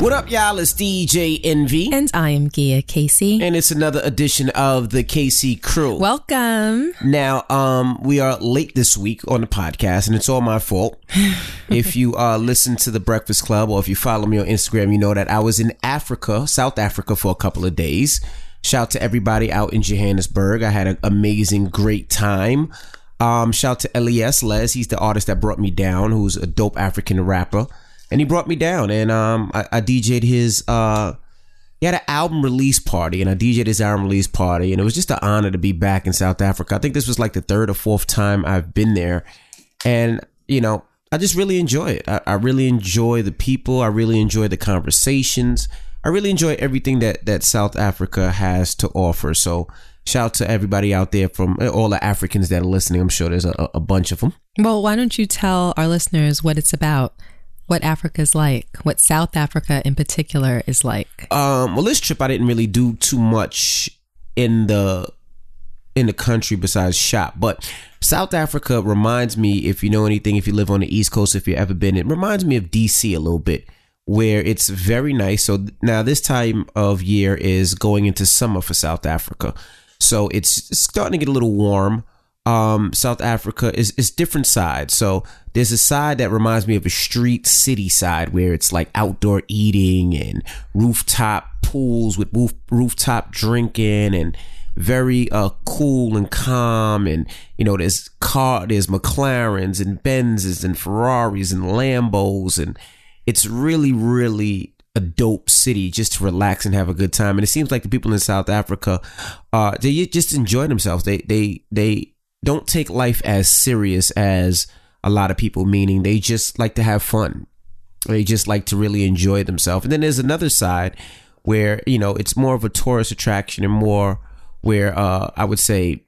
What up, y'all? It's DJ Envy. And I am Gia Casey. And it's another edition of the KC Crew. Welcome. Now, um, we are late this week on the podcast, and it's all my fault. if you uh, listen to the Breakfast Club or if you follow me on Instagram, you know that I was in Africa, South Africa, for a couple of days. Shout to everybody out in Johannesburg. I had an amazing, great time. Um, shout to Les Les. He's the artist that brought me down, who's a dope African rapper, and he brought me down. And um, I, I DJ'd his. Uh, he had an album release party, and I DJ'd his album release party, and it was just an honor to be back in South Africa. I think this was like the third or fourth time I've been there, and you know, I just really enjoy it. I, I really enjoy the people. I really enjoy the conversations. I really enjoy everything that that South Africa has to offer. So, shout out to everybody out there from all the Africans that are listening. I'm sure there's a, a bunch of them. Well, why don't you tell our listeners what it's about, what Africa's like, what South Africa in particular is like? Um, well, this trip I didn't really do too much in the in the country besides shop, but South Africa reminds me, if you know anything, if you live on the East Coast, if you've ever been, it reminds me of DC a little bit, where it's very nice. So th- now this time of year is going into summer for South Africa, so it's it's starting to get a little warm. Um, South Africa is is different sides. So there's a side that reminds me of a street city side where it's like outdoor eating and rooftop pools with roof, rooftop drinking and very uh, cool and calm and you know there's car there's McLarens and Benzes and Ferraris and Lambos and it's really really a dope city just to relax and have a good time and it seems like the people in South Africa uh they just enjoy themselves they they they don't take life as serious as a lot of people meaning they just like to have fun they just like to really enjoy themselves. And then there's another side where, you know, it's more of a tourist attraction and more where uh, I would say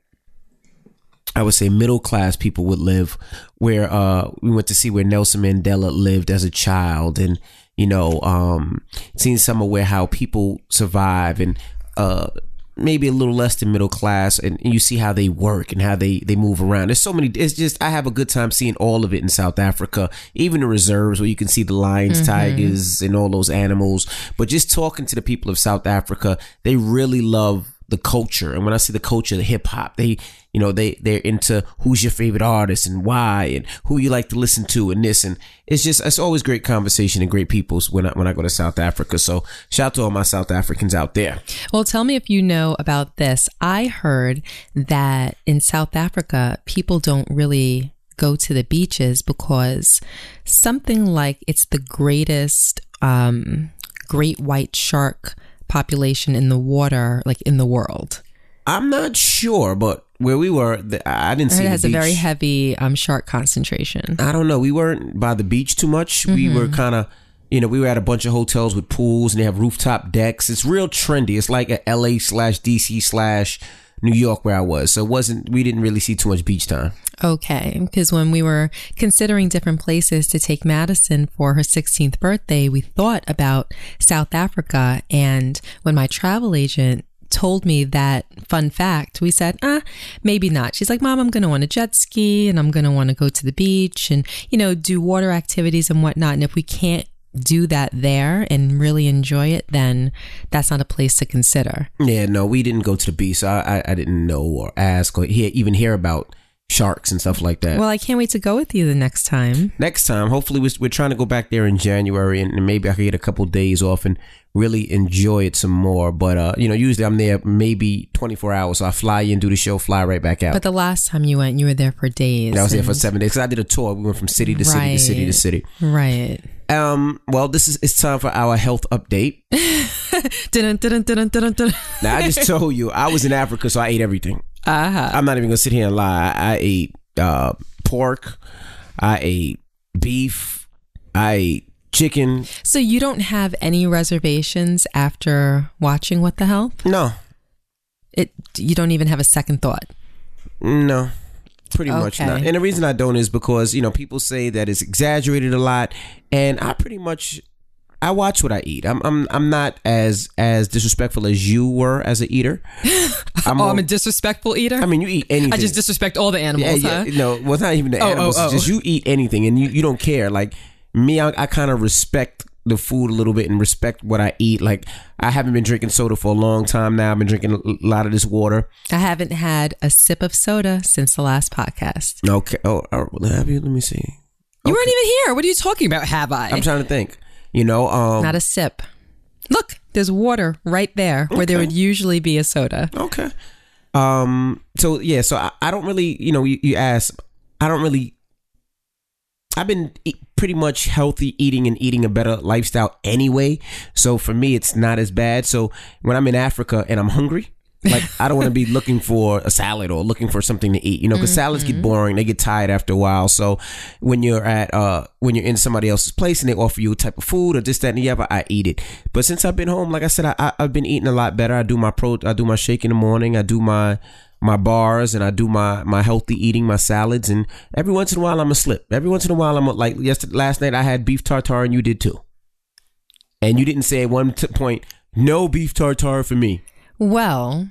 I would say middle class people would live where uh, we went to see where Nelson Mandela lived as a child and you know um, seeing somewhere where how people survive and uh, maybe a little less than middle class and you see how they work and how they they move around there's so many it's just I have a good time seeing all of it in South Africa even the reserves where you can see the lions tigers and all those animals but just talking to the people of South Africa they really love the culture. And when I see the culture, the hip hop, they, you know, they they're into who's your favorite artist and why and who you like to listen to and this and it's just it's always great conversation and great peoples when I when I go to South Africa. So shout out to all my South Africans out there. Well, tell me if you know about this. I heard that in South Africa, people don't really go to the beaches because something like it's the greatest um, great white shark population in the water, like in the world. I'm not sure, but where we were, the, I didn't see It the has a very beach. heavy um, shark concentration. I don't know. We weren't by the beach too much. We Mm-hmm. were kind of, you know, we were at a bunch of hotels with pools and they have rooftop decks. It's real trendy. It's like a LA slash DC slash New York where I was. So it wasn't, we didn't really see too much beach time. Okay, because when we were considering different places to take Madison for her 16th birthday, we thought about South Africa. And when my travel agent told me that fun fact, we said, ah, maybe not. She's like, Mom, I'm going to want to jet ski and I'm going to want to go to the beach and, you know, do water activities and whatnot. And if we can't do that there and really enjoy it, then that's not a place to consider. Yeah, no, we didn't go to the beach. So I, I, I didn't know or ask or hear, even hear about sharks and stuff like that. Well, I can't wait to go with you the next time. next time hopefully we're, we're trying to go back there in january and maybe i could get a couple days off and really enjoy it some more but uh you know usually i'm there maybe 24 hours so i fly in do the show fly right back out But the last time you went, you were there for days. And i was there for and- seven days 'cause i did a tour we went from city to city to city to Right. city Right. um well this is it's time for our health update Dun, dun, dun, dun, dun. now i just told you i was in africa so i ate everything Uh-huh. i'm not even gonna sit here and lie i, I ate uh pork i ate beef i ate chicken So you don't have any reservations after watching What the Help? no It you don't even have a second thought. No, pretty much Okay. not. And the reason I don't is because you know people say that it's exaggerated a lot, and I pretty much I watch what I eat. I'm I'm I'm not as as disrespectful as you were as an eater. I'm oh, al- I'm a disrespectful eater. I mean, you eat anything. I just disrespect all the yeah, animals, yeah. huh? No, well, it's not even the Oh, animals. oh, it's oh. Just you eat anything, and you you don't care. Like me, I, I kind of respect the food a little bit and respect what I eat. Like I haven't been drinking soda for a long time now. I've been drinking a lot of this water. I haven't had a sip of soda since the last podcast. Okay. Oh, all right. Well, have you? Let me see. You weren't even here. What are you talking about? Have I? I'm trying to think. You know, um, Not a sip. Look, there's water right there where there would usually be a soda. Okay. Um. So yeah. So I, I don't really. You know. You, you ask. I don't really. I've been e- pretty much healthy eating and eating a better lifestyle anyway. So for me, it's not as bad. So when I'm in Africa and I'm hungry, like I don't want to be looking for a salad or looking for something to eat. You know, because salads get boring. They get tired after a while. So when you're at uh when you're in somebody else's place and they offer you a type of food or this that and the other, I eat it. But since I've been home, like I said, I, I I've been eating a lot better. I do my pro. I do my shake in the morning. I do my my bars and I do my my healthy eating, my salads, and every once in a while I'm a slip. Every once in a while I'm a, like yesterday, last night I had beef tartare and you did too, and you didn't say at one t- point no beef tartare for me. Well,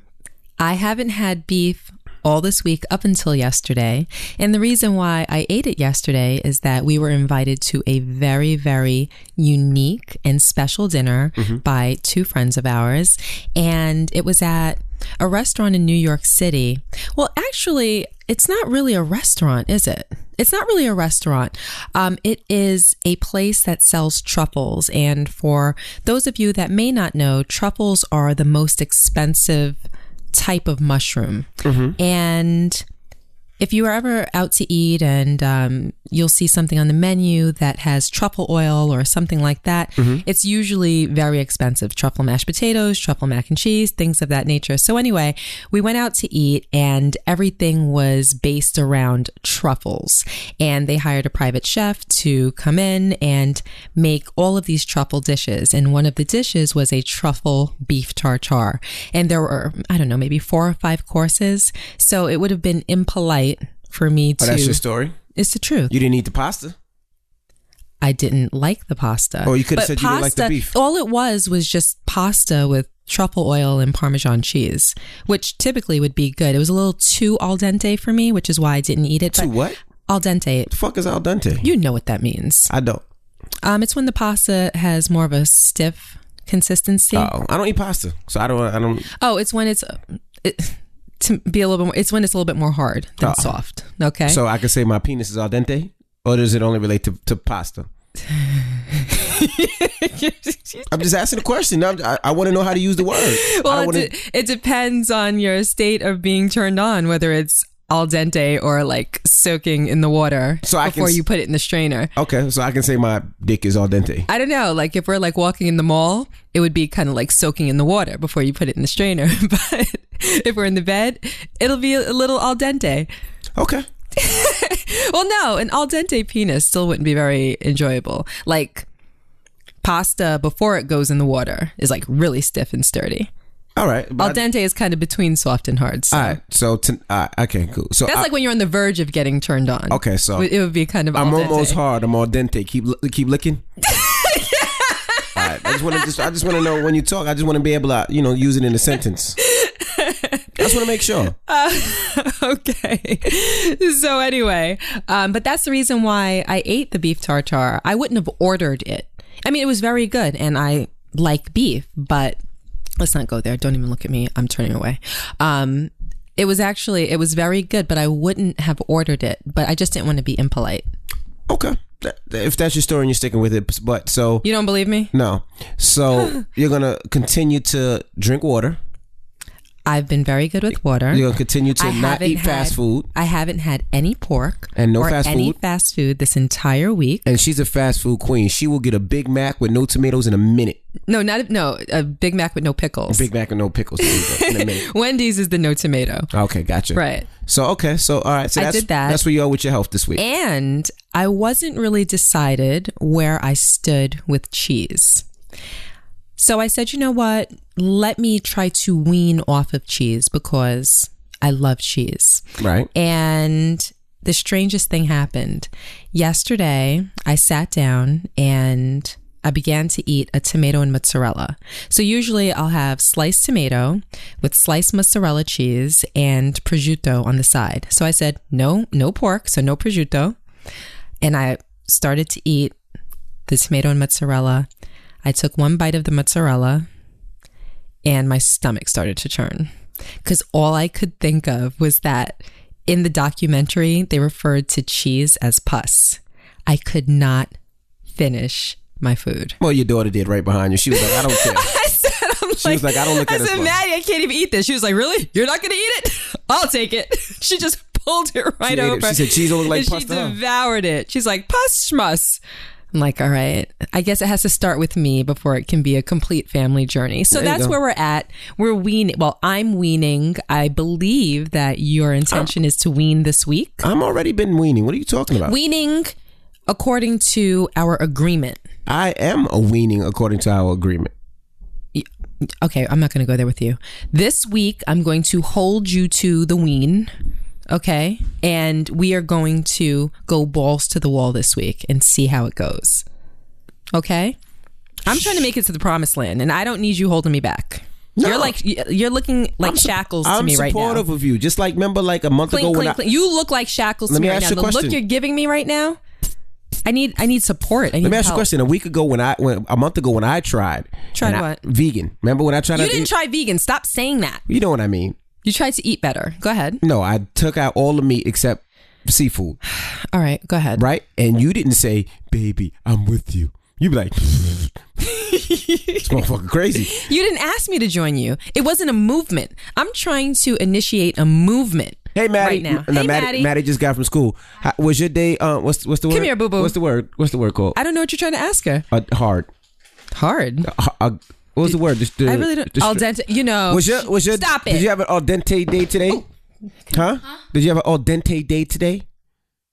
I haven't had beef all this week up until yesterday. And the reason why I ate it yesterday is that we were invited to a very, very unique and special dinner by two friends of ours. And it was at a restaurant in New York City. Well, actually, it's not really a restaurant, is it? It's not really a restaurant. Um, it is a place that sells truffles. And for those of you that may not know, truffles are the most expensive type of mushroom. And if you are ever out to eat and um, you'll see something on the menu that has truffle oil or something like that, it's usually very expensive. Truffle mashed potatoes, truffle mac and cheese, things of that nature. So, anyway, we went out to eat and everything was based around truffles. And they hired a private chef to come in and make all of these truffle dishes. And one of the dishes was a truffle beef tartare. And there were, I don't know, maybe four or five courses. So, it would have been impolite for me to. Oh, that's your story. It's the truth. You didn't eat the pasta. I didn't like the pasta. Oh, you could have But said you didn't like the pasta- beef. All it was was just pasta with truffle oil and Parmesan cheese, which typically would be good. It was a little too al dente for me, which is why I didn't eat it. To but what? Al dente. The fuck is al dente? You know what that means. I don't. Um, it's when the pasta has more of a stiff consistency. Oh, I don't eat pasta, so I don't. I don't. oh, it's when it's. It, to be a little bit more, it's when it's a little bit more hard than Oh. soft. Okay. So I can say my penis is al dente, or does it only relate to, to pasta? I'm just asking a question. I'm, I, I want to know how to use the word. I Well, don't it, wanna- de- it depends on your state of being turned on, whether it's al dente or like soaking in the water So I can before s- you put it in the strainer. okay, so I can say my dick is al dente. I don't know. Like if we're like walking in the mall, it would be kind of like soaking in the water before you put it in the strainer. but if we're in the bed, it'll be a little al dente. Okay. Well, no, an al dente penis still wouldn't be very enjoyable. Like pasta before it goes in the water is like really stiff and sturdy. All right. but Al I- dente is kind of between soft and hard. So. all right. So, to, all right, okay, cool. So, That's I, like when you're on the verge of getting turned on. okay, so It would be kind of. I'm al dente. almost hard. I'm al dente. Keep li- keep licking. all right. I just want to just I just want to know when you talk. I just want to be able to you know use it in a sentence. I just want to make sure. okay. So anyway, um, but that's the reason why I ate the beef tartare. I wouldn't have ordered it. I mean, it was very good, and I like beef, but let's not go there. Don't even look at me. I'm turning away. Um, it was actually it was very good, but I wouldn't have ordered it. But I just didn't want to be impolite. Okay. That- If that's your story and you're sticking with it, but so You don't believe me? no. So you're gonna continue to drink water. I've been very good with water. You're gonna continue to I not haven't eat fast had- food. I haven't had any pork And no or fast any food? fast food this entire week. And she's a fast food queen. She will get a Big Mac with no tomatoes in a minute. No, not no a Big Mac with no pickles. Big Mac with no pickles there you go, in a minute. Wendy's is the no tomato. Okay, gotcha. Right. So okay, so all right, so I that's did that. that's where you are with your health this week. And I wasn't really decided where I stood with cheese. So I said, you know what? Let me try to wean off of cheese because I love cheese. right. And the strangest thing happened. Yesterday, I sat down and I began to eat a tomato and mozzarella. So usually I'll have sliced tomato with sliced mozzarella cheese and prosciutto on the side. So I said, "No, no pork, so no prosciutto." And I started to eat the tomato and mozzarella I took one bite of the mozzarella and my stomach started to churn because all I could think of was that in the documentary, they referred to cheese as pus. I could not finish my food. Well, your daughter did right behind you. She was like, I don't care. I said, I'm She was like, I don't look I at it as said, much. Maddie, I can't even eat this. She was like, Really? You're not going to eat it? I'll take it. She just pulled it right ate it. over. She said, "Cheese don't look like and pus She to her." devoured it. She's like, Pus schmus. I'm like, all right, I guess it has to start with me before it can be a complete family journey. So that's where we're at. We're weaning. Well, I'm weaning. I believe that your intention is to wean this week. I'm already been weaning. What are you talking about? Weaning according to our agreement. I am a weaning according to our agreement. Okay, I'm not going to go there with you. This week, I'm going to hold you to the wean. Okay. And we are going to go balls to the wall this week and see how it goes. Okay. I'm trying to make it to the promised land and I don't need you holding me back. You're like, you're looking like su- shackles to I'm me right now. supportive of you. Just like remember, like a month Clink, ago when clink, I clink. You look like shackles to Let me, me right ask now. you The a look question. you're giving me right now, I need, I need support. I need let me ask you a help. question. A week ago when I when a month ago when I tried Tried and I- what? vegan. Remember when I tried You to didn't eat- try vegan. Stop saying that. you know what I mean? You tried to eat better. Go ahead. No, I took out all the meat except seafood, All right, go ahead. right? And you didn't say, "Baby, I'm with you." You be like, "This motherfucker crazy." You didn't ask me to join you. It wasn't a movement. I'm trying to initiate a movement. Hey Maddie, Right now. No, Maddie, Hey, Maddie. Maddie just got from school. How, was your day? Uh, what's what's the word? here, boo-boo. What's the word? What's the word called? I don't know what you're trying to ask her. Uh, hard. Hard. Uh, uh, what was the word? Just, uh, I really don't. just- Al dente. You know. Was your was your Stop Did it. Oh. you have an al dente day today? Huh? Did you have an al dente day today?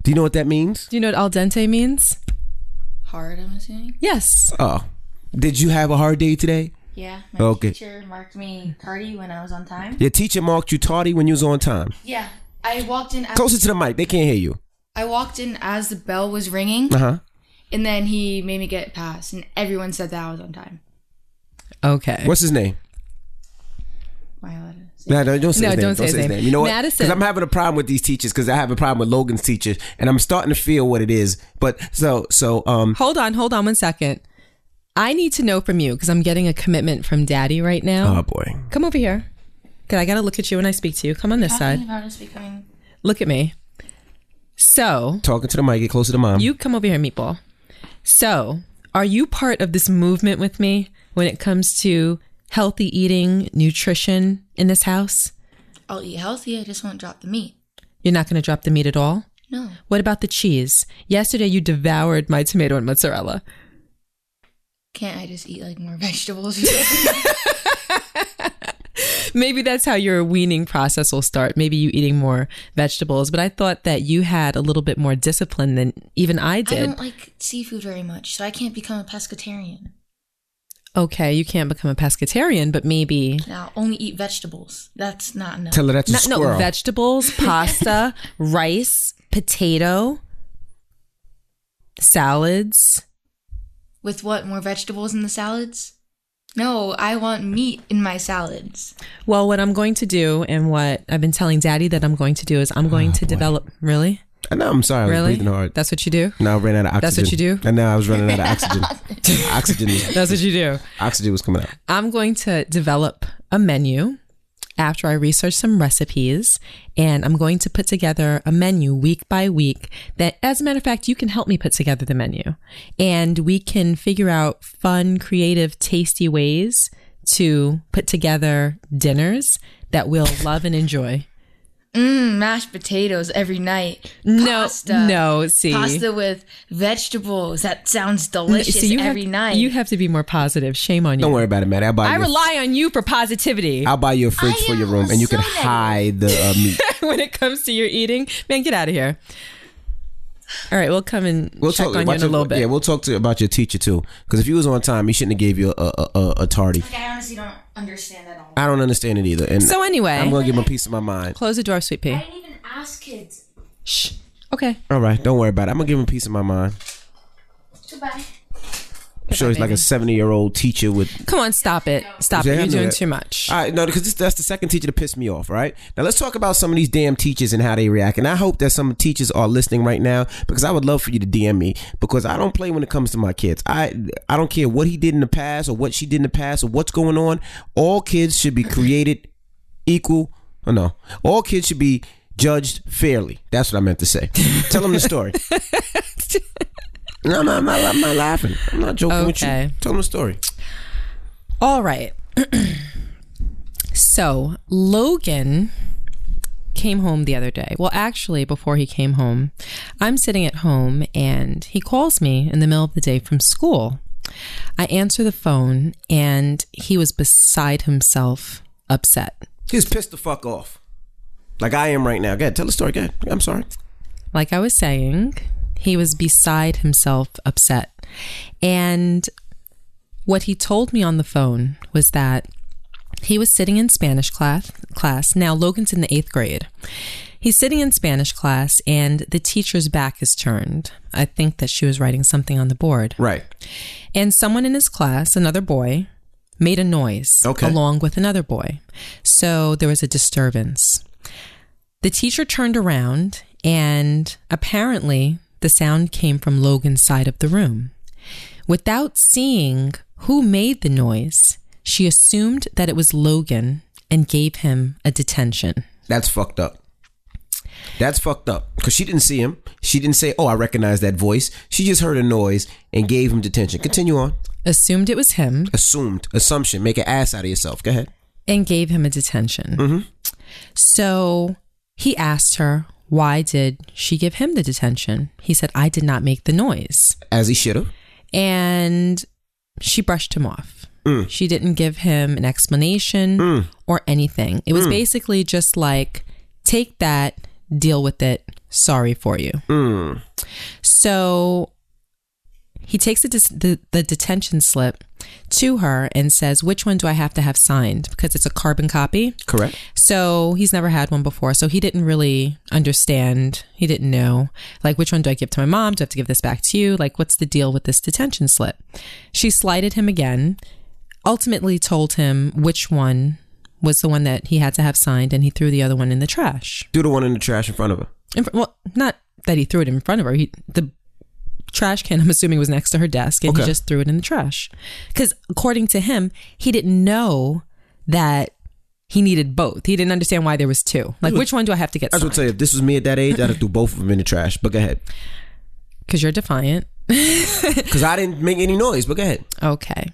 Do you know what that means? Do you know what al dente means? hard, I'm assuming. Yes. Oh, did you have a hard day today? Yeah. My Okay. teacher marked me tardy when I was on time. Your teacher marked you tardy when you was on time. Yeah. I walked in. As, Closer to the mic, they can't hear you. I walked in as the bell was ringing, Uh huh. and then he made me get past, and everyone said that I was on time. Okay. What's his name? Am I allowed to say- No, no, don't say No, his name. don't say his name. You know what? Madison. Because I'm having a problem with these teachers. Because I have a problem with Logan's teacher, and I'm starting to feel what it is. But so so um Hold on. Hold on one second. I need to know from you because I'm getting a commitment from daddy right now. oh boy. Come over here. Cause I gotta look at you when I speak to you. Come on this Talking side. about us becoming. Look at me. So Talking to the mic, get closer to mom. You come over here, Meatball. So, are you part of this movement with me when it comes to healthy eating, nutrition in this house? I'll eat healthy. I just won't drop the meat. You're not going to drop the meat at all? No. What about the cheese? Yesterday you devoured my tomato and mozzarella. Can't I just eat like more vegetables? or something? Maybe that's how your weaning process will start. Maybe you eating more vegetables, but I thought that you had a little bit more discipline than even I I did. don't like seafood very much, so I can't become a pescatarian. okay, you can't become a pescatarian, but maybe And I'll only eat vegetables. That's not enough. Tell her that's a No, squirrel. no vegetables, pasta, rice, potato, salads. With what? More vegetables in the salads? No, I want meat in my salads. Well, what I'm going to do and what I've been telling daddy that I'm going to do is I'm going to develop really? I know. I'm sorry. I was Really? Ah, breathing hard. That's what you do? now I ran out of oxygen. That's what you do? And now I was running out of oxygen. oxygen. Was, That's what you do. oxygen was coming out. I'm going to develop a menu after I research some recipes and I'm going to put together a menu week by week that as a matter of fact you can help me put together the menu and we can figure out fun creative tasty ways to put together dinners that we'll love and enjoy. Mmm, mashed potatoes every night. No, pasta. no, see. Pasta with vegetables. That sounds No, delicious every have, night. Mm, you have to be more positive. Shame on you. Don't worry about it, Maddie. I'll buy I you. a- rely on you for positivity. I'll buy you a fridge I for your am room, and you can so negative. hide the uh, meat. when it comes to your eating. Man, get out of here. All right, we'll come and We'll check talk on you about in a your- little bit. Yeah, we'll talk to you about your teacher too. Because if you was on time, he shouldn't have gave you a a, a, a tardy. Like, I honestly don't understand at all. I don't understand it either. And so anyway, I'm gonna give him a piece of my mind. close the door, sweet pea. didn't even ask kids. Shh. Okay. All right, don't worry about it. I'm gonna give him a piece of my mind. Goodbye. I'm sure he's like a 70 year old teacher with Come on, stop it. Stop Yeah, I it. You're know doing that. too much. All right, no, because this- that's the second teacher to piss me off. All right, now let's talk about some of these damn teachers and how they react. And I hope that some teachers are listening right now because I would love for you to DM me because I don't play when it comes to my kids. I I don't care what he did in the past or what she did in the past or what's going on. All kids should be created equal. Oh no, all kids should be judged fairly. That's what I meant to say. Tell them the story. No, no, I'm not, I'm not laughing. I'm not joking with you. Okay. Tell them the story. All right. so Logan came home the other day. Well, actually, before he came home, I'm sitting at home and he calls me in the middle of the day from school. I answer the phone and he was beside himself, upset. He was pissed the fuck off. Like I am right now. Go ahead, tell the story. Go ahead. I'm sorry. Like I was saying, he was beside himself, upset. And what he told me on the phone was that he was sitting in Spanish class class. Now Logan's in the 8th grade. He's sitting in Spanish class and the teacher's back is turned. I think that she was writing something on the board. Right. And someone in his class, another boy, made a noise Okay. along with another boy. So there was a disturbance. The teacher turned around, and apparently the sound came from Logan's side of the room. Without seeing who made the noise, she assumed that it was Logan and gave him a detention. That's fucked up. That's fucked up. Because she didn't see him. She didn't say, oh, I recognize that voice. She just heard a noise and gave him detention. Continue on. Assumed it was him Assumed. Assumption. Make an ass out of yourself. Go ahead. and gave him a detention. So he asked her, why did she give him the detention? He said, I did not make the noise. As he should have. And she brushed him off. She didn't give him an explanation or anything. It was basically just like, take that, deal with it, sorry for you. Mm. So he takes the, dis- the, the detention slip to her and says, Which one do I have to have signed? Because it's a carbon copy. Correct. So he's never had one before. So he didn't really understand. He didn't know, like, which one do I give to my mom? Do I have to give this back to you? Like, what's the deal with this detention slip? She slighted him again, ultimately told him which one was the one that he had to have signed, and he threw the other one in the trash. Do the one in the trash in front of her. In fr- well, not that he threw it in front of her. He, the trash can, I'm assuming, was next to her desk, and Okay. he just threw it in the trash. Because according to him, he didn't know that he needed both. He didn't understand why there was two. Like, which one do I have to get? I was going to tell you, if this was me at that age, I'd have threw both of them in the trash. But go ahead. Because you're defiant. Because I didn't make any noise. But go ahead. Okay.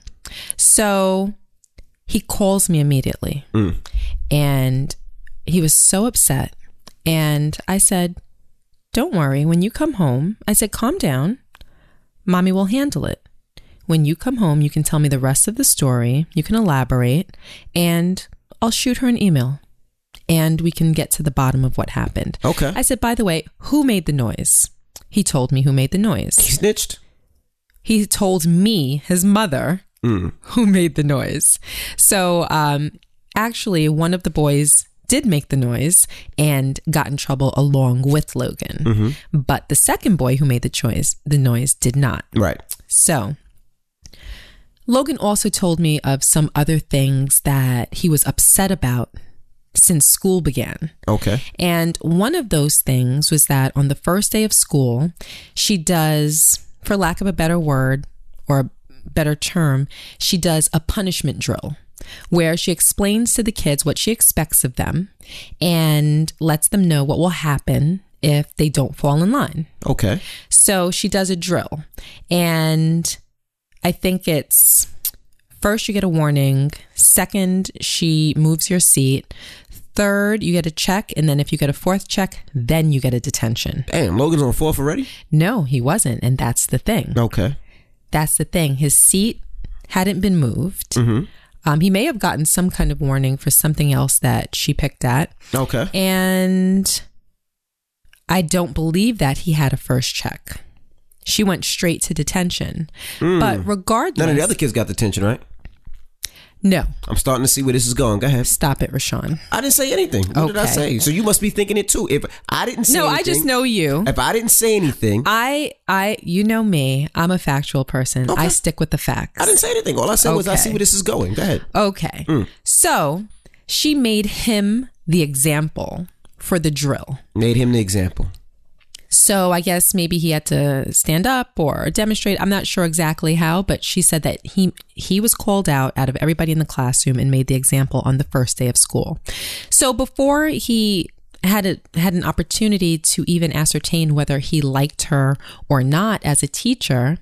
So he calls me immediately and he was so upset. And I said, Don't worry. When you come home, I said, Calm down. Mommy will handle it. When you come home, you can tell me the rest of the story. You can elaborate and I'll shoot her an email and we can get to the bottom of what happened. Okay. I said, By the way, who made the noise? He told me who made the noise He snitched. he told me his mother Mm, who made the noise so um actually one of the boys did make the noise and got in trouble along with Logan but the second boy who made the choice the noise did not Right. so Logan also told me of some other things that he was upset about since school began Okay. and one of those things was that on the first day of school, she does, for lack of a better word or a better term, she does a punishment drill where she explains to the kids what she expects of them and lets them know what will happen if they don't fall in line. Okay. So she does a drill. And I think it's first, you get a warning. Second, she moves your seat. Third, you get a check. And then if you get a fourth check, then you get a detention. Damn, Logan's on fourth already? No, he wasn't. And that's the thing. Okay. That's the thing. His seat hadn't been moved. Um, he may have gotten some kind of warning for something else that she picked at. Okay. And I don't believe that he had a first check. She Hmm. went straight to detention. But regardless, None of the other kids got detention, right? No, I'm starting to see where this is going. Go ahead. stop it, Rashawn. I didn't say anything. What did I Okay. say? So you must be thinking it too. If I didn't say No, I anything- just know you. If I didn't say anything, I, I, I, you know me. I'm a factual person. Okay. I stick with the facts. didn't Hmm. say anything. All I said was I Okay. see where this is going. Go ahead. Okay. So she made him the example for the drill. Made him the example. So I guess maybe he had to stand up or demonstrate. I'm not sure exactly how, but she said that he he was called out out of everybody in the classroom and made the example on the first day of school. So before he had a, had an opportunity to even ascertain whether he liked her or not as a teacher,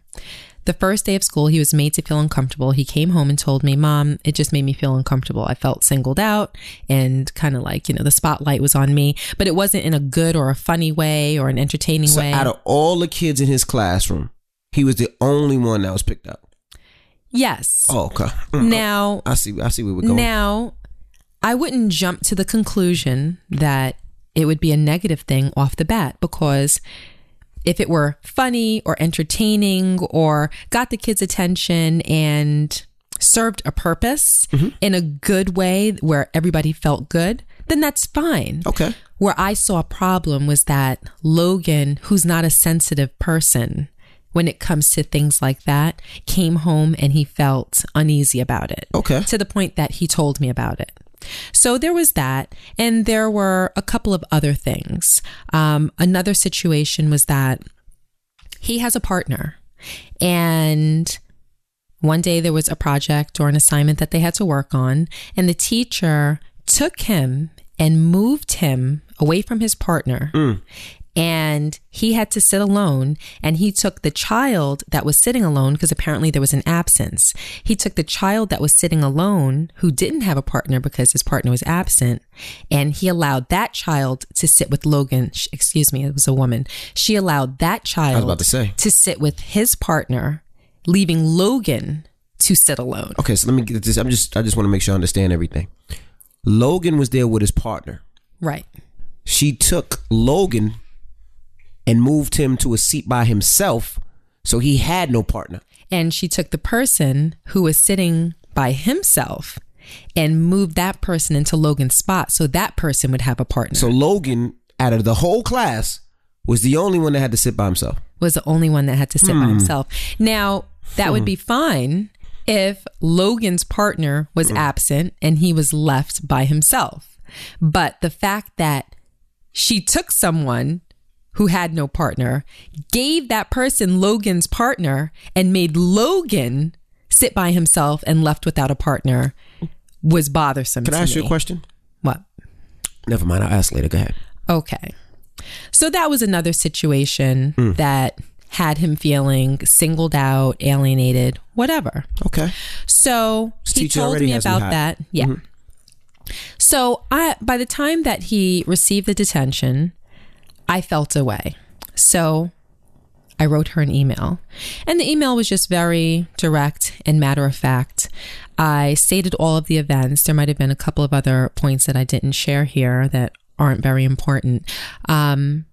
the first day of school, he was made to feel uncomfortable. He came home and told me, Mom, it just made me feel uncomfortable. I felt singled out and kind of like, you know, the spotlight was on me, but it wasn't in a good or a funny way or an entertaining So way. out of all the kids in his classroom, he was the only one that was picked up. yes. Oh, okay. Mm, now, I see. I see where we're going. now, I wouldn't jump to the conclusion that it would be a negative thing off the bat because if it were funny or entertaining or got the kids' attention and served a purpose Mm-hmm. in a good way where everybody felt good, then that's fine. okay. Where I saw a problem was that Logan, who's not a sensitive person when it comes to things like that, came home and he felt uneasy about it Okay. to the point that he told me about it. So there was that, and there were a couple of other things. Um, another situation was that he has a partner, and one day there was a project or an assignment that they had to work on, and the teacher took him and moved him away from his partner. Mm. And he had to sit alone, and he took the child that was sitting alone because apparently there was an absence. He took the child that was sitting alone who didn't have a partner because his partner was absent, and he allowed that child to sit with Logan. Sh- Excuse me, it was a woman. She allowed that child I was about to say. to sit with his partner, leaving Logan to sit alone. Okay. So let me get this. I'm just. I just want to make sure I understand everything. Logan was there with his partner. Right. She took Logan and moved him to a seat by himself, so he had no partner. And she took the person who was sitting by himself and moved that person into Logan's spot so that person would have a partner. So Logan, out of the whole class, was the only one that had to sit by himself. was the only one that had to sit Hmm. by himself. Now, that would be fine if Logan's partner was Hmm. absent and he was left by himself. But the fact that she took someone who had no partner, gave that person Logan's partner, and made Logan sit by himself and left without a partner was bothersome. Can to I ask you a me. question? What? Never mind. I'll ask later. Go ahead. Okay. So that was another situation that had him feeling singled out, alienated, whatever. Okay. So This he teacher told already me has me Mm-hmm. about hot. that. Yeah. So I by the time that he received the detention, I felt away. So I wrote her an email. And the email was just very direct and matter of fact. I stated all of the events. There might have been a couple of other points that I didn't share here that aren't very important. Um,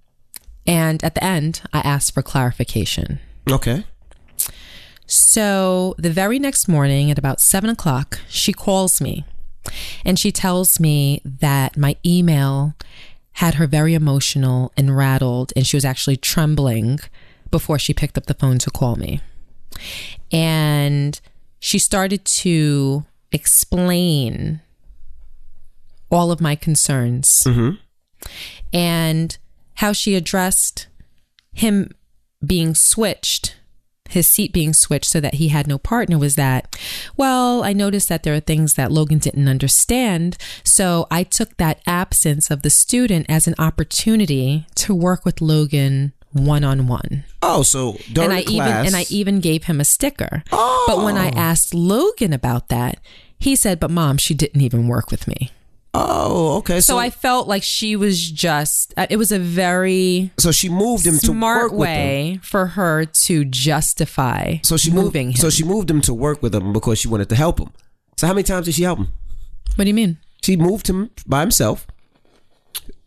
and at the end, I asked for clarification. Okay. So the very next morning at about seven o'clock, she calls me and she tells me that my email had her very emotional and rattled, and she was actually trembling before she picked up the phone to call me. And she started to explain all of my concerns and how she addressed him being switched his seat being switched so that he had no partner was that, well, I noticed that there are things that Logan didn't understand. So I took that absence of the student as an opportunity to work with Logan one on one. Oh, so during And I the class, Oh. even and I e- even gave him a sticker. But when I asked Logan about that, he said, But mom, she didn't even work with me. Oh, okay. So, So I felt like she was just, uh, it was a very so she moved him to smart work with him. way for her to justify So she moving moved, him. So she moved him to work with him because she wanted to help him. So how many times did she help him? what do you mean? She moved him by himself,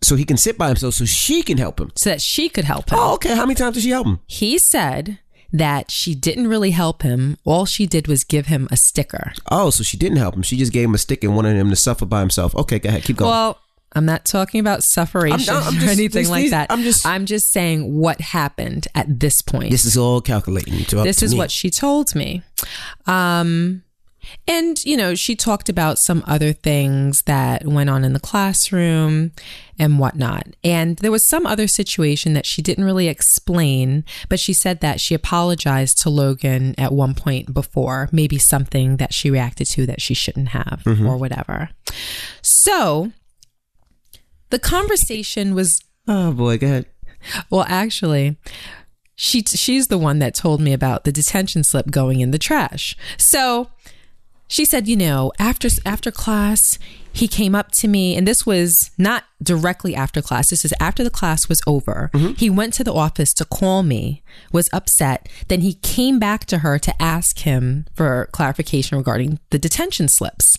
so he can sit by himself, so she can help him. so that she could help him. Oh, okay. How many times did she help him? He said that she didn't really help him. All she did was give him a sticker. Oh, so she didn't help him. She just gave him a stick and wanted him to suffer by himself. Okay, go ahead. Keep going. Well, I'm not talking about sufferation I'm- I'm or just- anything just like these- that. I'm just- I'm just saying what happened at this point. this is all calculating. to- up this to is me. what she told me. Um, and, you know, she talked about some other things that went on in the classroom and whatnot. And there was some other situation that she didn't really explain, but she said that she apologized to Logan at one point before, maybe something that she reacted to that she shouldn't have Mm-hmm. or whatever. So the conversation was Oh boy, go ahead. well, actually, she she's the one that told me about the detention slip going in the trash. So she said, you know, after after class, he came up to me, and this was not directly after class. This is after the class was over. He went to the office to call me, was upset. Then he came back to her to ask him for clarification regarding the detention slips.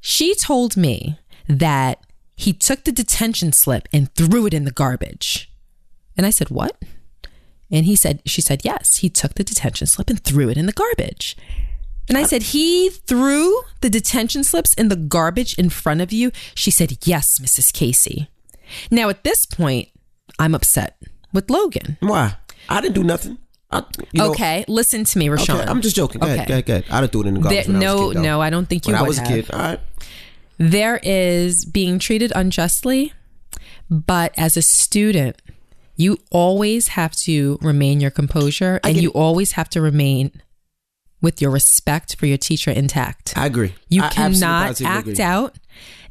She told me that he took the detention slip and threw it in the garbage. And I said, What? And he said, She said, Yes, he took the detention slip and threw it in the garbage. And I said, He threw the detention slips in the garbage in front of you? She said, Yes, Mrs. Casey. Now, at this point, I'm upset with Logan. Why? I didn't do nothing. I, you know, okay, listen to me, Rashawn. okay, I'm just joking. Go ahead. Okay. Go ahead. Go ahead. I didn't do it in the garbage. There- when I was a no, kid, though. no, I don't think you When I would was a have. kid. All right. there is being treated unjustly, but as a student, you always have to remain your composure and you always have to remain with your respect for your teacher intact. I agree. You I absolutely cannot positively act agree. out.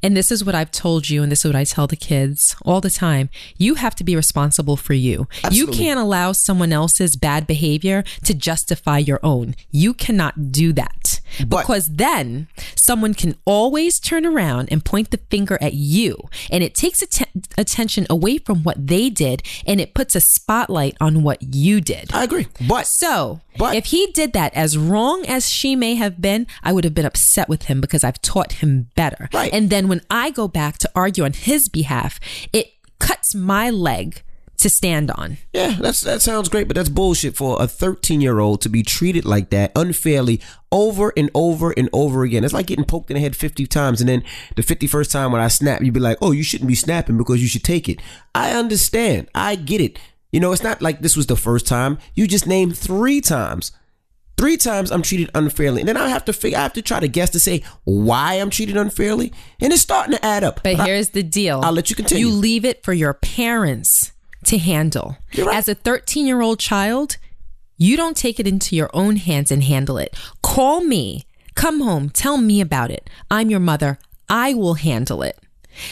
And this is what I've told you, and this is what I tell the kids all the time. You have to be responsible for you. Absolutely. You can't allow someone else's bad behavior to justify your own. You cannot do that. But- because then someone can always turn around and point the finger at you. And it takes atten- attention away from what they did and it puts a spotlight on what you did. I agree. But So, But- if he did that, as wrong as she may have been, I would have been upset with him because I've taught him better. Right. And then when I go back to argue on his behalf, it cuts my leg to stand on. Yeah, that's that sounds great, but that's bullshit for a 13 year old to be treated like that unfairly over and over and over again. It's like getting poked in the head 50 times, and then the 51st time when I snap, you'd be like, "Oh, you shouldn't be snapping because you should take it." I understand. I get it. You know, it's not like this was the first time. You just named three times. Three times I'm treated unfairly, and then I have to figure. I have to try to guess to say why I'm treated unfairly, and it's starting to add up. But I- here's the deal. I'll let you continue. You leave it for your parents to handle. You're right. As a 13 year old child, you don't take it into your own hands and handle it. Call me. Come home. Tell me about it. I'm your mother. I will handle it.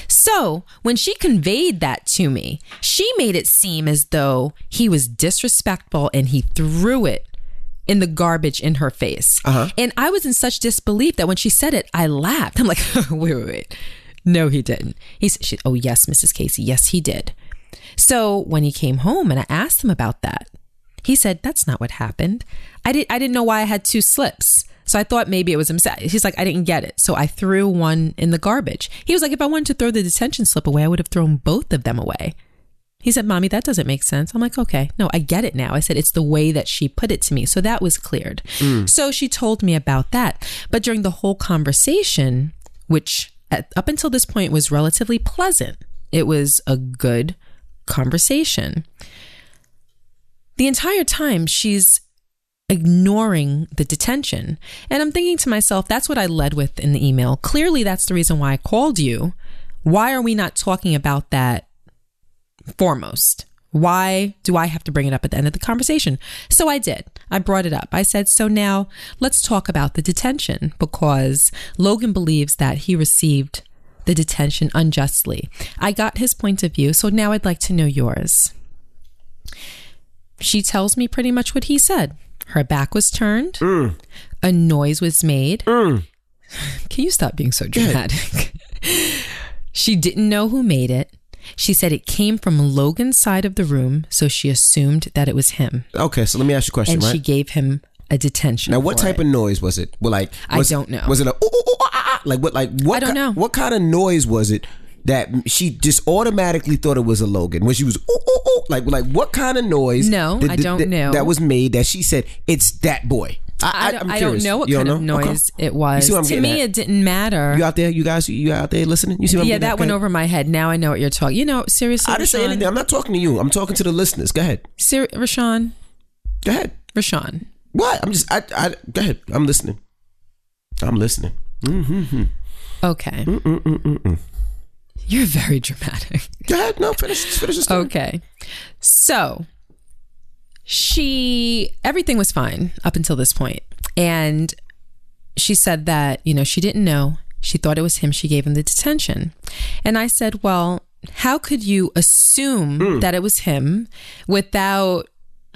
So, when she conveyed that to me, she made it seem as though he was disrespectful and he threw it in the garbage in her face. And I was in such disbelief that when she said it, I laughed. I'm like, wait, wait, wait. No, he didn't. He said, she, oh, yes, Mrs. Casey. Yes, he did. So when he came home and I asked him about that, he said, that's not what happened. I, did, I didn't know why I had two slips. So I thought maybe it was himself. He's like, I didn't get it. So I threw one in the garbage. He was like, if I wanted to throw the detention slip away, I would have thrown both of them away. He said, Mommy, that doesn't make sense. I'm like, okay, no, I get it now. I said, it's the way that she put it to me. So that was cleared. So she told me about that. But during the whole conversation, which at, up until this point was relatively pleasant, it was a good conversation. The entire time, she's ignoring the detention. And I'm thinking to myself, that's what I led with in the email. Clearly, that's the reason why I called you. Why are we not talking about that? foremost. Why do I have to bring it up at the end of the conversation? So I did. I brought it up. I said, So now let's talk about the detention because Logan believes that he received the detention unjustly. I got his point of view. So now I'd like to know yours. She tells me pretty much what he said. Her back was turned, a noise was made. Mm, Can you stop being so dramatic? She didn't know who made it. She said it came from Logan's side of the room, so she assumed that it was him. okay, so let me ask you a question, And right? she gave him a detention. Now, what for type it. of noise was it? Well, like I was- don't know. Was it a ooh, ooh, ooh, ah, ah, like what like what? I ki- don't know. What kind of noise was it that she just automatically thought it was a Logan when she was ooh, ooh, ooh, like like what kind of noise? No, did- I did- don't that- know. That was made that she said it's that boy. I, I I, I'm don't, I don't curious. know what You kind don't of know? Okay. noise it was. see what I'm To getting me, at? it didn't matter. You out there, you guys, you out there listening? You see what I'm yeah, getting that at? went Go ahead. over my head. Now I know what you're talking. You know, seriously, I didn't say Rashawn- anything. I'm not talking to you. I'm talking to the listeners. Go ahead. Ser- Rashawn, Go ahead. Rashawn. What? I'm just. I. I go ahead. I'm listening. I'm listening. Mm-hmm. Okay, Mm-mm-mm-mm. you're very dramatic. Go ahead. No, finish. Finish this. Okay, so she everything was fine up until this point, and she said that you know she didn't know. She thought it was him. She gave him the detention, and I said, well. How could you assume that it was him without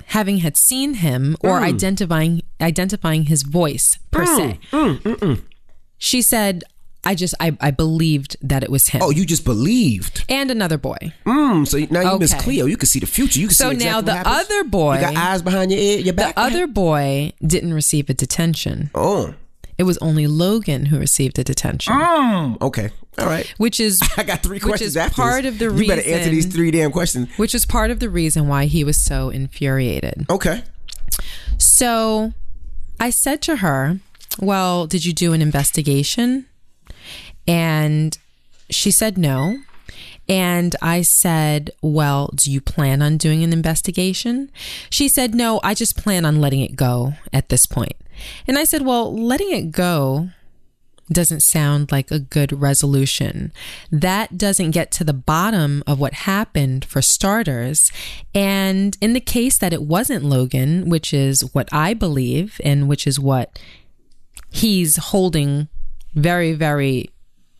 having had seen him or identifying identifying his voice per Mm. se? She said, I just, I, I believed that it was him. Oh, you just believed. and another boy. Mm, so now you miss Okay. Cleo. You can see the future. You can So see now exactly the what happens. other boy, You got eyes behind your ear, your the back. other boy didn't receive a detention. Oh. It was only Logan who received a detention, Mm, okay. All right. which is I got three Which questions is after part this. of the you better answer reason- these three damn questions. which is part of the reason why he was so infuriated. Okay. So I said to her, Well, did you do an investigation? And she said, No. And I said, Well, do you plan on doing an investigation? She said, No, I just plan on letting it go at this point. And I said, Well, letting it go doesn't sound like a good resolution. That doesn't get to the bottom of what happened for starters. And in the case that it wasn't Logan, which is what I believe and which is what he's holding very, very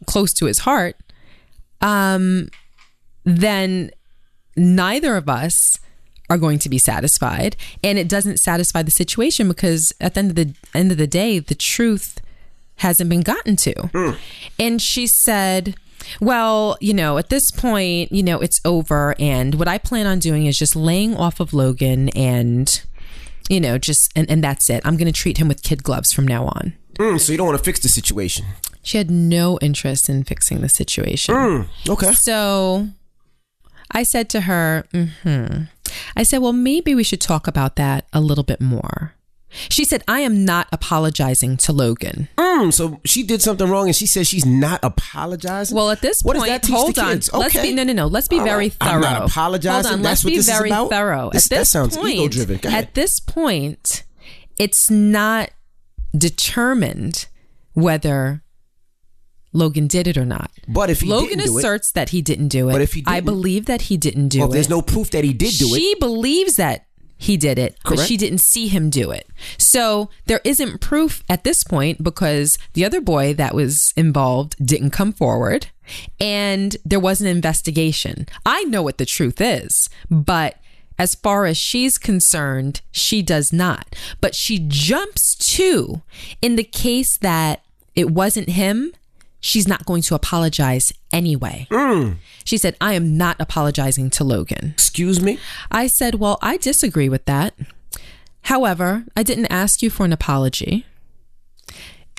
close to his heart, um, then neither of us are going to be satisfied and it doesn't satisfy the situation because at the end of the end of the day the truth hasn't been gotten to and she said well you know at this point you know it's over and what i plan on doing is just laying off of logan and you know just and, and that's it i'm going to treat him with kid gloves from now on Mm, so you don't want to fix the situation. she had no interest in fixing the situation Mm, okay. so I said to her, hmm I said, well, maybe we should talk about that a little bit more. She said, I am not apologizing to Logan. Mm, so she did something wrong, and she says she's not apologizing. Well, at this What does point, that teach hold the on. kids? Let's Okay. be no, no, no. Let's be All very right. I'm thorough. not apologizing. Hold on. That's let's what be this is very about? thorough. This- at that this sounds point, ego-driven. Go ahead. At this point, it's not determined whether Logan did it or not. but if he Logan didn't do it, asserts that he didn't do it. But if he I didn't- believe that he didn't do well, it. if there's no proof that he did do it, she believes that he did it, but Correct. she didn't see him do it. So there isn't proof at this point because the other boy that was involved didn't come forward and there was an investigation. I know what the truth is, but as far as she's concerned, she does not. But she jumps to in the case that it wasn't him, she's not going to apologize anyway. Mm. She said, I am not apologizing to Logan. excuse me. I said, Well, I disagree with that. However, I didn't ask you for an apology.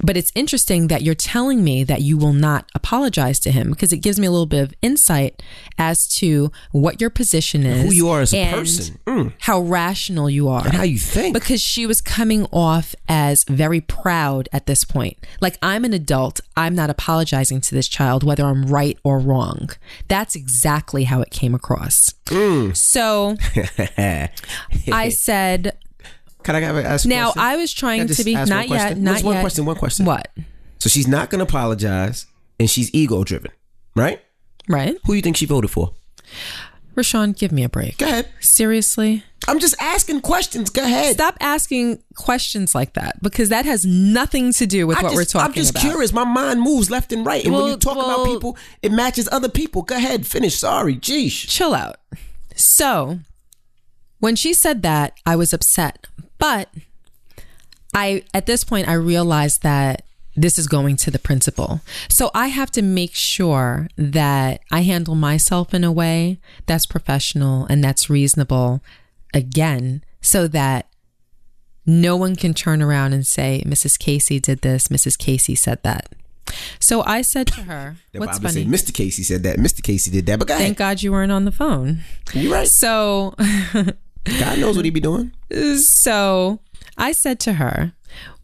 But it's interesting that you're telling me that you will not apologize to him because it gives me a little bit of insight as to what your position is, Who you are as a and person. Mm. how rational you are. And how you think. Because she was coming off as very proud at this point. Like, I'm an adult. I'm not apologizing to this child, whether I'm right or wrong. That's exactly how it came across. Mm. So I said, Can I have a ask a now question? I was trying Can I to just be, ask not one question? yet, No, not just one yet. question, one question. What? so she's not going to apologize, and she's ego driven, right? Right? Who you think she voted for? Rashawn, give me a break. Go ahead. Seriously? I'm just asking questions. Go ahead. Stop asking questions like that because that has nothing to do with I what just, we're talking I'm just about. curious. My mind moves left and right, and when Well, you talk about well- people, it matches other people. Go ahead, finish. Sorry, geesh. chill out. So when she said that, I was upset. But I at this point I realized that this is going to the principal. So I have to make sure that I handle myself in a way that's professional and that's reasonable again so that no one can turn around and say Mrs. Casey did this, Mrs. Casey said that. So I said to her, They'll "What's probably say, funny? Mr. Casey said that. Mr. Casey did that. But go Thank God you weren't on the phone." ahead. You're right. So, God knows what he be doing. so I said to her,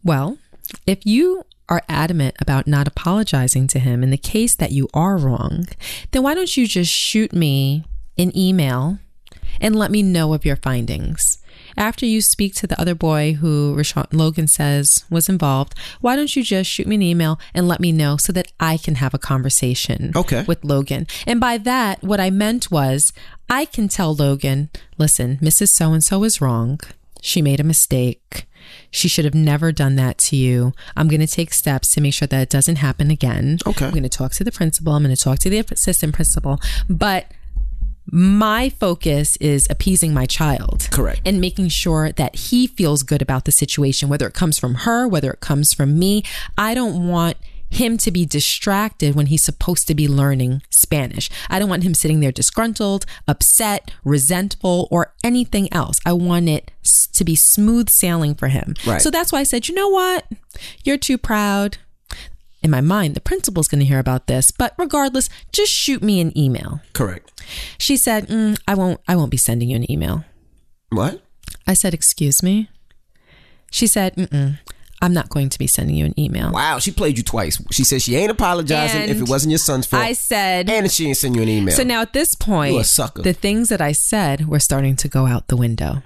"Well, if you are adamant about not apologizing to him in the case that you are wrong, then why don't you just shoot me an email and let me know of your findings?" After you speak to the other boy who Rashawn Logan says was involved, why don't you just shoot me an email and let me know so that I can have a conversation Okay. with Logan. And by that, what I meant was I can tell Logan, listen, Mrs. So and so is wrong. She made a mistake. She should have never done that to you. I'm going to take steps to make sure that it doesn't happen again. Okay. I'm going to talk to the principal. I'm going to talk to the assistant principal. But my focus is appeasing my child. Correct. And making sure that he feels good about the situation, whether it comes from her, whether it comes from me. I don't want him to be distracted when he's supposed to be learning Spanish. I don't want him sitting there disgruntled, upset, resentful, or anything else. I want it s- to be smooth sailing for him. Right. So that's why I said, you know what? You're too proud. In my mind, the principal's going to hear about this, but regardless, just shoot me an email. Correct. She said, mm, "I won't. I won't be sending you an email." What? I said, "Excuse me." She said, Mm-mm, "I'm not going to be sending you an email." Wow, she played you twice. She said she ain't apologizing if it And wasn't your son's fault. I said. and she ain't send you an email. so now at this point, You a sucker. Mm. the things that I said were starting to go out the window.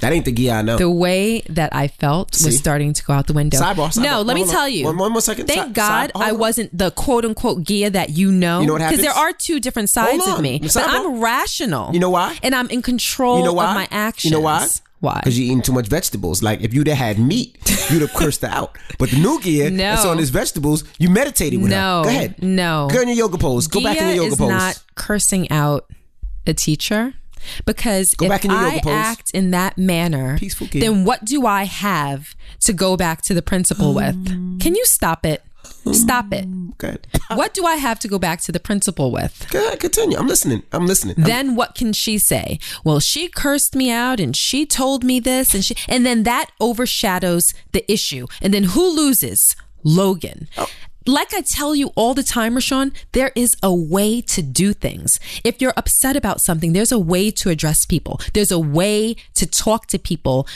that ain't the guy I know. The way that I felt See? was starting to go out the window. Sidebar, sidebar. no, let me Hold on. tell you. One- one more second. Thank Si- God side- hold I on. wasn't the quote unquote gear that you know. You know what happens? Because there are two different sides Hold of on. me. But Sidebar. I'm rational. You know why? And I'm in control you know why? of my actions. You know why? Why? Because you're eating too much vegetables. Like if you'd have had meat, you'd have cursed her out. But the new gear No. that's on his vegetables, you meditated with No. her. Go ahead. No. Go in your yoga pose. Go back in Gia your yoga is pose. not cursing out a teacher because if back in your yoga I pose. act in that manner, Peaceful Gia. then what do I have to go back to the principal with? Can you stop it? Stop it. Good. What do I have to go back to the principal with? Go ahead. Continue. I'm listening. I'm listening. Then what can she say? Well, she cursed me out and she told me this and she and then that overshadows the issue. And then who loses? Logan. Like I tell you all the time, Rashawn, there is a way to do things. If you're upset about something, there's a way to address people. There's a way to talk to people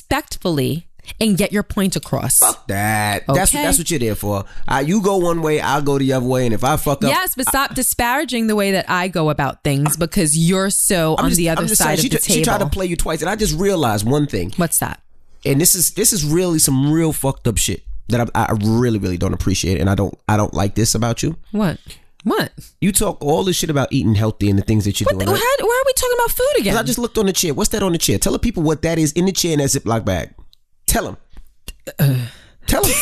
respectfully and get your point across. Fuck that. That's Okay. that's what you're there for. Uh, you go one way, I'll go the other way, and if I fuck up, Yes, but stop disparaging the way that I go about things because you're so on the other side she, of the she tried to table. play you twice, and I just realized one thing, What's that? and this is this is really some real fucked up shit that I, I really really don't appreciate, and I don't I don't like this about you. What? What? You talk all this shit about eating healthy and the things that you're What? The, doing. right? how- why are we talking about food again? I just looked on the chair. What's that on the chair? Tell the people what that is in the chair in that Ziploc bag. Tell them. Tell them.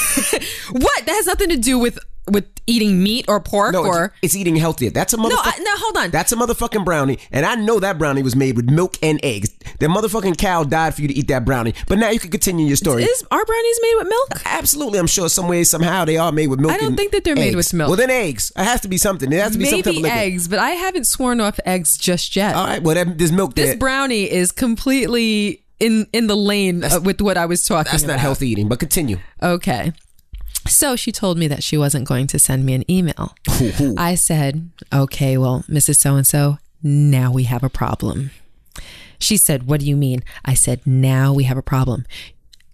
what? That has nothing to do with with eating meat or pork No, it's, or. it's eating healthier. That's a motherfucker. No, I, no, hold on. That's a motherfucking brownie, and I know that brownie was made with milk and eggs. That motherfucking cow died for you to eat that brownie, but now you can continue your story. Is are brownies made with milk? Absolutely, I'm sure some way, somehow they are made with milk. I don't and think that they're made eggs. with milk. Well, then eggs. It has to be something. It has to be some type of Maybe liquid. eggs, but I haven't sworn off eggs just yet. All right. Well, that, there's milk this there. brownie is completely in in the lane uh, with what I was talking. That's not about. healthy eating, but continue. Okay. So she told me that she wasn't going to send me an email. Hoo, hoo. I said, okay, well, Mrs. So and so, now we have a problem. She said, what do you mean? I said, now we have a problem.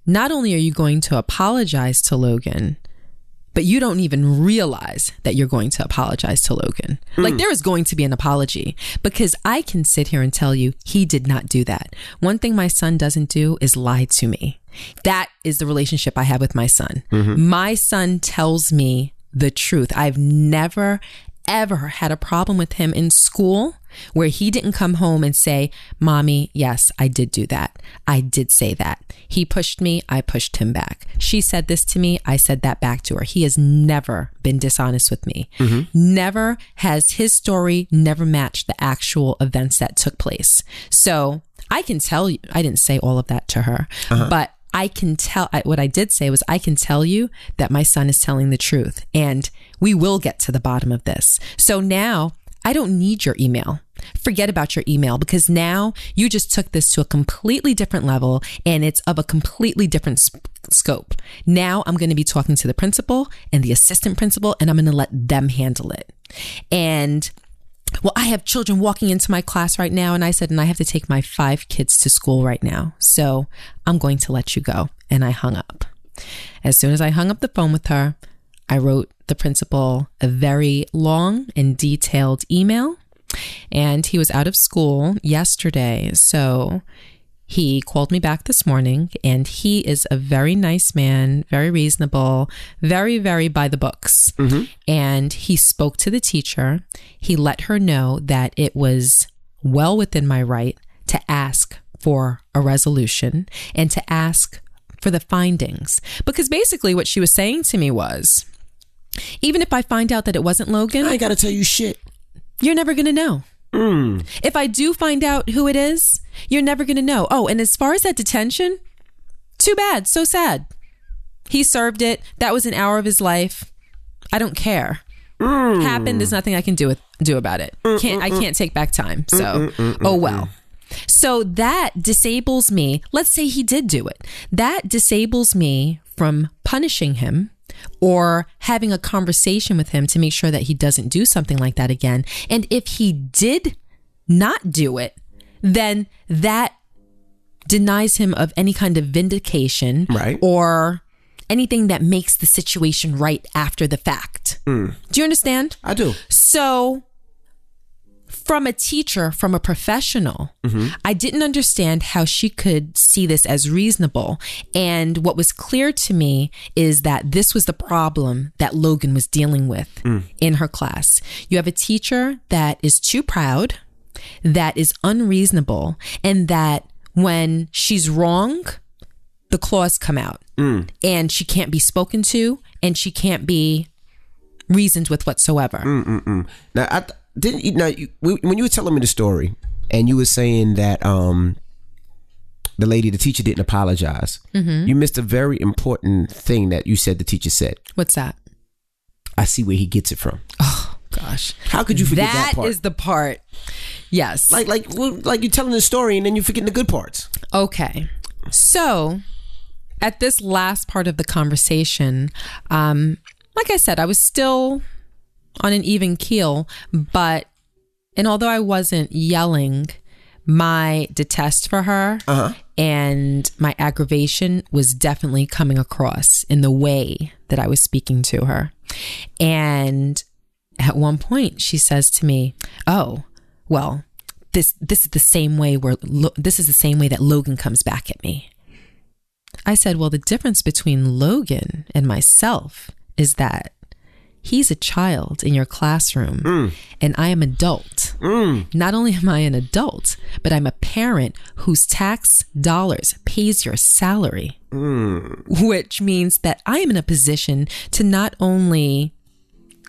Not only are you going to apologize to Logan, but you don't even realize that you're going to apologize to Logan. Like there is going to be an apology because I can sit here and tell you he did not do that. One thing my son doesn't do is lie to me. That is the relationship I have with my son. My son tells me the truth. I've never ever had a problem with him in school where he didn't come home and say, Mommy, yes, I did do that. I did say that. He pushed me, I pushed him back. She said this to me, I said that back to her. He has never been dishonest with me. Never has his story never matched the actual events that took place. So I can tell you, I didn't say all of that to her, but I can tell I, what I did say was I can tell you that my son is telling the truth and we will get to the bottom of this. So now I don't need your email. forget about your email because now you just took this to a completely different level and it's of a completely different sp- scope. Now I'm going to be talking to the principal and the assistant principal and I'm going to let them handle it. And well, I have children walking into my class right now. And I said, and I have to take my five kids to school right now. So I'm going to let you go. And I hung up. As soon as I hung up the phone with her, I wrote the principal a very long and detailed email. And he was out of school yesterday. So he called me back this morning and he is a very nice man, very reasonable, very, very by the books. And he spoke to the teacher. He let her know that it was well within my right to ask for a resolution and to ask for the findings. Because basically, what she was saying to me was even if I find out that it wasn't Logan, I ain't gotta tell you shit. you're never going to know. If I do find out who it is, you're never going to know. Oh, and as far as that detention, too bad. So sad. He served it. That was an hour of his life. I don't care. Happened. There's nothing I can do with do about it. Can't I can't take back time. So oh well. So that disables me. Let's say he did do it. That disables me from punishing him or having a conversation with him to make sure that he doesn't do something like that again. And if he did not do it, then that denies him of any kind of vindication Right. or anything that makes the situation right after the fact. Do you understand? I do. So, from a teacher, from a professional, I didn't understand how she could see this as reasonable. And what was clear to me is that this was the problem that Logan was dealing with in her class. You have a teacher that is too proud, that is unreasonable, and that when she's wrong, the claws come out and she can't be spoken to and she can't be reasoned with whatsoever. Now, I th- didn't. You, now, you, when when you were telling me the story, and you were saying that um, the lady, the teacher, didn't apologize. Mm-hmm. You missed a very important thing that you said. The teacher said, What's that? "I see where he gets it from." Gosh. How could you forget that, that part? is the part. Yes. like, like, well, like you're telling the story, and then you're forgetting the good parts. okay. So, at this last part of the conversation, um, like I said, I was still on an even keel, but, and although I wasn't yelling, my detest for her and my aggravation was definitely coming across in the way that I was speaking to her. And at one point she says to me oh well this this is the same way where Lo- this is the same way that logan comes back at me i said well the difference between logan and myself is that he's a child in your classroom and i am adult Mm, not only am i an adult but i'm a parent whose tax dollars pays your salary mm. which means that i am in a position to not only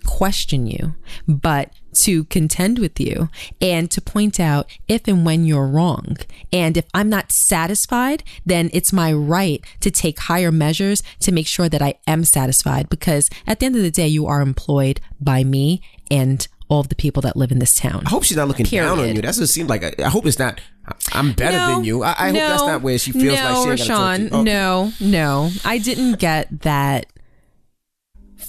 question you, but to contend with you and to point out if and when you're wrong. And if I'm not satisfied, then it's my right to take higher measures to make sure that I am satisfied because at the end of the day, you are employed by me and all of the people that live in this town. I hope she's not looking down on Period. you. That's what it seems like. I, I hope it's not. I- I'm better than you. I, I hope that's no, not where she feels no, like she ain't gotta talk to Rashawn, you. Oh, No, no, I didn't get that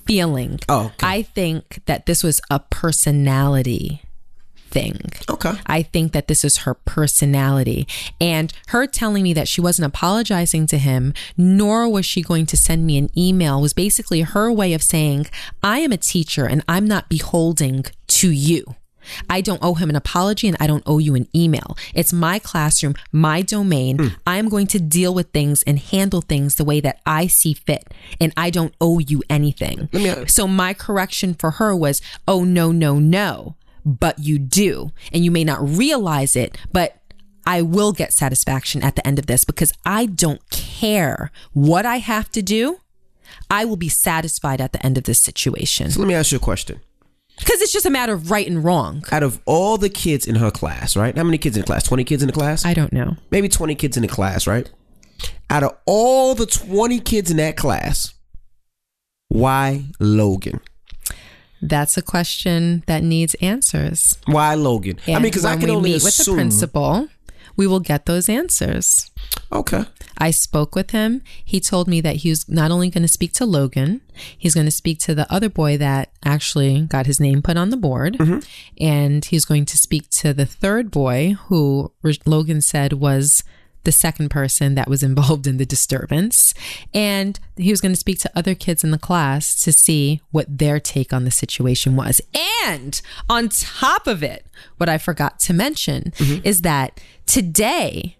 feeling. Oh, okay. I think that this was a personality thing. Okay. I think that this is her personality. And her telling me that she wasn't apologizing to him, nor was she going to send me an email, was basically her way of saying, I am a teacher and I'm not beholding to you. I don't owe him an apology and I don't owe you an email. It's my classroom, my domain. I'm going to deal with things and handle things the way that I see fit, and I don't owe you anything. so, my correction for her was, oh, no, no, no but you do. And you may not realize it, but I will get satisfaction at the end of this because I don't care what I have to do. I will be satisfied at the end of this situation So let me ask you a question. because it's just a matter of right and wrong. Out of all the kids in her class, right? How many kids in the class? 20 kids in the class? I don't know. Maybe 20 kids in the class, right? Out of all the 20 kids in that class, why Logan? That's a question that needs answers. Why Logan? I mean, And because I when can we only meet with the assume. principal, we will get those answers. okay. I spoke with him. He told me that he was not only going to speak to Logan, he's going to speak to the other boy that actually got his name put on the board. Mm-hmm. And he's going to speak to the third boy, who Re- Logan said was the second person that was involved in the disturbance. And he was going to speak to other kids in the class to see what their take on the situation was. And on top of it, What I forgot to mention is that today,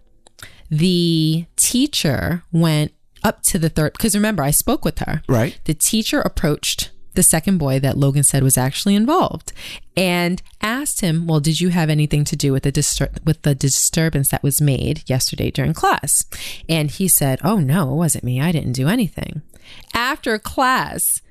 the teacher went up to the third because remember i spoke with her Right. the teacher approached the second boy that logan said was actually involved and asked him well did you have anything to do with the distur- with the disturbance that was made yesterday during class and he said oh no it wasn't me i didn't do anything after class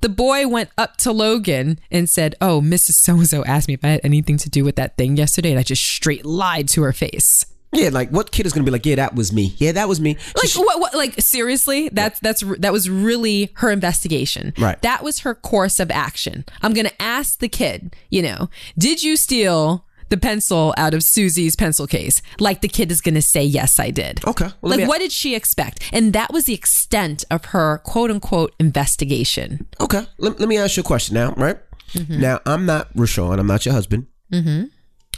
the boy went up to Logan and said, Oh, Mrs. So and so asked me if I had anything to do with that thing yesterday, and I just straight lied to her face. Yeah, like what kid is gonna be like? Yeah, that was me. Yeah, that was me. like what, what like seriously that's that's that was really her investigation Right. that was her course of action i'm gonna ask the kid you know did you steal the pencil out of susie's pencil case like the kid is gonna say yes i did Okay. Oh, Well, let like me- what did she expect and that was the extent of her quote unquote investigation Okay. Let, let me ask you a question now, right? Mm-hmm. Now, I'm not Rashawn. I'm not your husband. Mm-hmm.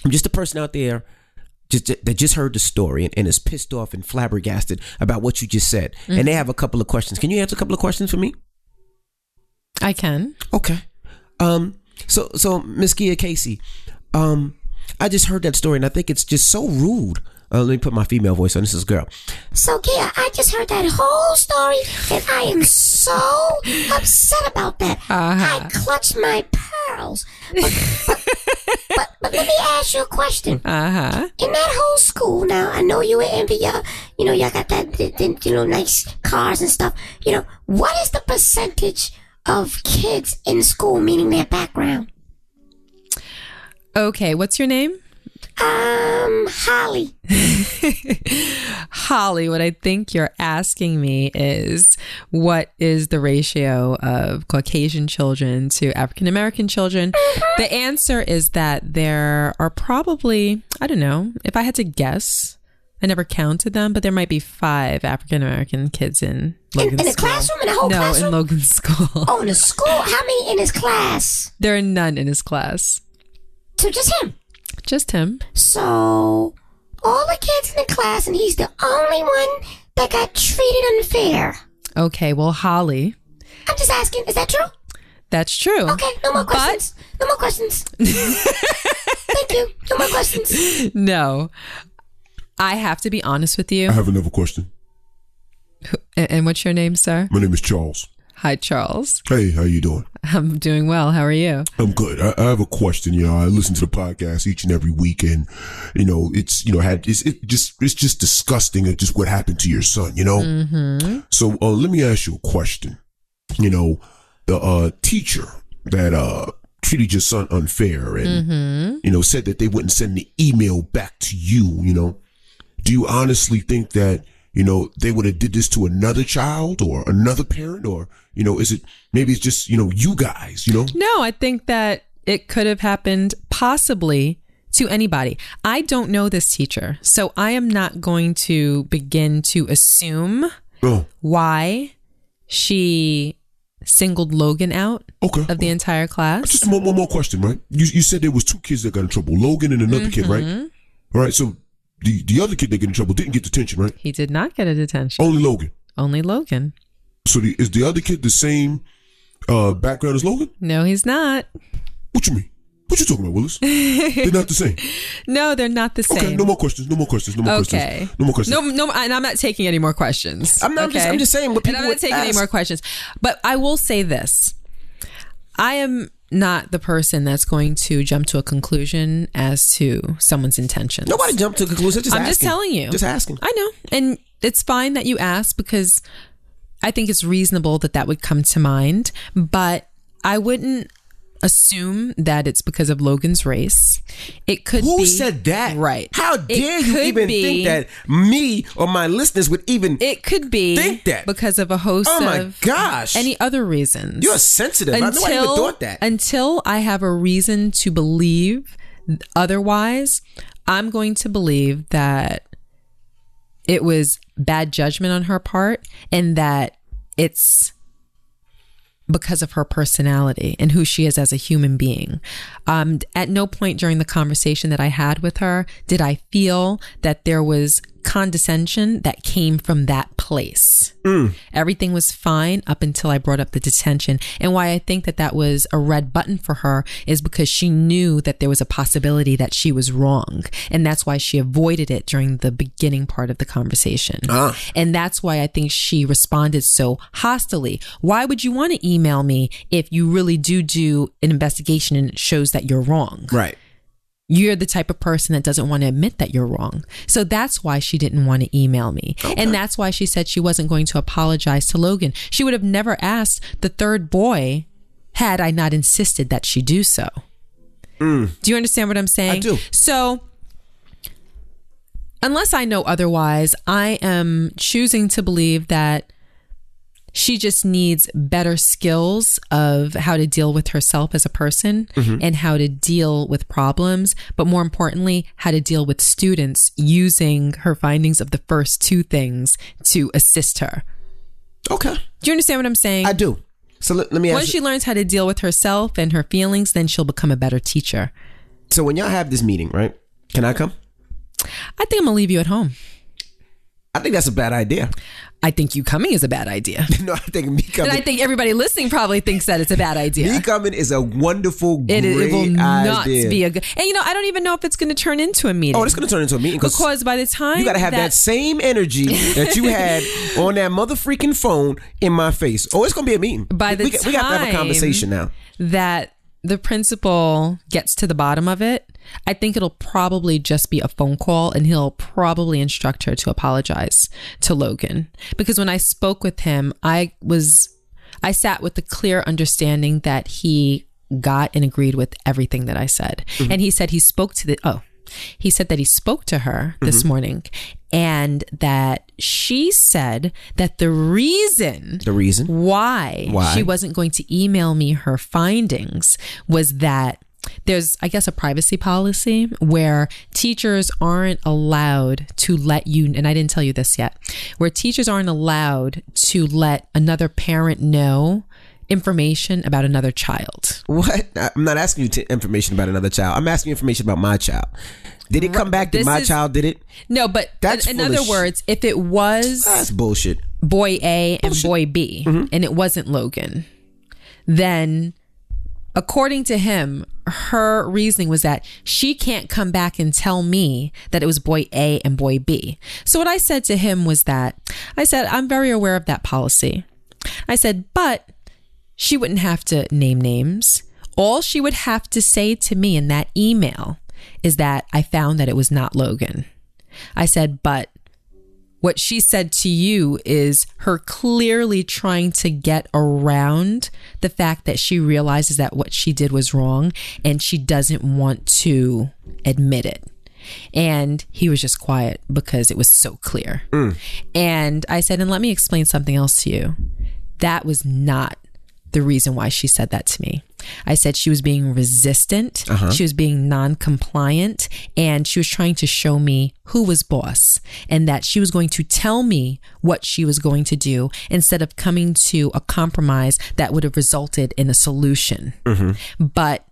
I'm just a person out there just that just heard the story and, and is pissed off and flabbergasted about what you just said. And Mm-hmm. they have a couple of questions. Can you answer a couple of questions for me? i can Okay. Um. So so Miss Kia Casey, um, I just heard that story and I think it's just so rude. Uh, let me put my female voice on. This is a girl. So, Gia, I just heard that whole story, and I am so upset about that. Uh-huh. I clutch my pearls. But, but, but, but let me ask you a question. uh-huh In that whole school, now I know you were envy, y'all. You know, y'all got that, th- th- you know, nice cars and stuff. You know, what is the percentage of kids in school, meaning their background? okay what's your name Um, Holly. Holly, what I think you're asking me is what is the ratio of Caucasian children to African American children? Mm-hmm. The answer is that there are probably, I don't know, if I had to guess, I never counted them, but there might be five African American kids in In, Logan's in the school. classroom, in the whole No, in classroom? Logan's school. oh, in the school? How many in his class? There are none in his class. So just him. Just him. So, all the kids in the class, and he's the only one that got treated unfair. Okay, well, Holly, I'm just asking, is that true? that's true. Okay, no more questions. no more questions. Thank you. No more questions. No. I have to be honest with you. I have another question. A- and what's your name, sir? My name is Charles. Hi, Charles. Hey, how you doing? I'm doing well. How are you? I'm good. I, I have a question. You know, I listen to the podcast each and every week, and you know, it's you know, had it's it just it's just disgusting at just what happened to your son. You know. Mm-hmm. So uh, let me ask you a question. You know, the uh, teacher that uh, treated your son unfair and you know said that they wouldn't send the email back to you. You know, do you honestly think that you know they would have did this to another child or another parent or you know is it maybe it's just you know you guys you know No, I think that it could have happened possibly to anybody. I don't know this teacher, so I am not going to begin to assume Oh, why she singled Logan out okay. of the entire class. Just one, one more question, right? You you said there was two kids that got in trouble, Logan and another kid, right? Mm-hmm. All right. So the the other kid that got in trouble didn't get detention, right? He did not get a detention. Only Logan. Only Logan. So the, is the other kid the same uh, background as Logan? No, he's not. What you mean? What you talking about, Willis? They're not the same. No, they're not the same. Okay. No more questions. No more questions. No more Okay. questions. No more questions. No, no, and I'm not taking any more questions. I'm not- I'm just- I'm just saying what And people I'm not would taking any ask. more questions. But I will say this: I am not the person that's going to jump to a conclusion as to someone's intentions. Nobody jumped to a conclusion. Just I'm just asking. telling you. Just asking. I know, and it's fine that you ask because I think it's reasonable that that would come to mind. But I wouldn't assume that it's because of Logan's race. It could Who be. said that? Right. How It dare you could even be- think that me or my listeners would even? It could be Think that. because of a host oh my of gosh! any other reasons. You're sensitive. I know I even thought that. Until I have a reason to believe otherwise, I'm going to believe that it was bad judgment on her part and that it's because of her personality and who she is as a human being. Um, at no point during the conversation that I had with her did I feel that there was condescension that came from that place. Everything was fine up until I brought up the detention. And why I think that that was a red button for her is because she knew that there was a possibility that she was wrong. And that's why she avoided it during the beginning part of the conversation. And that's why I think she responded so hostily. Why would you want to email me if you really do do an investigation and it shows that you're wrong? right. you're the type of person that doesn't want to admit that you're wrong. So that's why she didn't want to email me. And that's why she said she wasn't going to apologize to Logan. She would have never asked the third boy had I not insisted that she do so. Do you understand what I'm saying? do. So unless I know otherwise, I am choosing to believe that she just needs better skills of how to deal with herself as a person Mm-hmm. and how to deal with problems, but more importantly, how to deal with students using her findings of the first two things to assist her. Okay. Do you understand what I'm saying? I do. So let, let me ask. Once you. she learns how to deal with herself and her feelings, then she'll become a better teacher. so when y'all have this meeting, right? Can I come? I think I'm gonna leave you at home. I think that's a bad idea. I think you coming is a bad idea. no, I think me And coming. I think everybody listening probably thinks that it's a bad idea. Me coming is a wonderful, great it, it will not idea. be a good. And you know, I don't even know if it's going to turn into a meeting. oh, it's gonna turn into a meeting because because by the time you gotta have that, that, same energy that you had on that mother freaking phone in my face. Oh, it's gonna be a meeting. By the we, we got to have a time- conversation now. that the principal gets to the bottom of it, I think it'll probably just be a phone call and he'll probably instruct her to apologize to Logan. Because when I spoke with him, I was I sat with the clear understanding that he got and agreed with everything that I said. Mm-hmm. And he said he spoke to the oh, he said that he spoke to her Mm-hmm. this morning and that she said that the reason The reason. why, Why? she wasn't going to email me her findings was that there's, I guess, a privacy policy where teachers aren't allowed to let you, and I didn't tell you this yet, where teachers aren't allowed to let another parent know information about another child. What? I'm not asking you t- information about another child. I'm asking you information about my child. Did it come back that This my is- child did it? No, but That's in, full in of other sh- words, if it was. That's bullshit. boy A and boy B, and it wasn't Logan, then according to him, her reasoning was that she can't come back and tell me that it was boy A and boy B. So what I said to him was that I said, I'm very aware of that policy. I said, but she wouldn't have to name names. All she would have to say to me in that email is that I found that it was not Logan. I said, but what she said to you is her clearly trying to get around the fact that she realizes that what she did was wrong and she doesn't want to admit it. And he was just quiet because it was so clear. And I said, and let me explain something else to you. That was not the reason why she said that to me. I said she was being resistant, she was being non compliant, and she was trying to show me who was boss and that she was going to tell me what she was going to do instead of coming to a compromise that would have resulted in a solution. But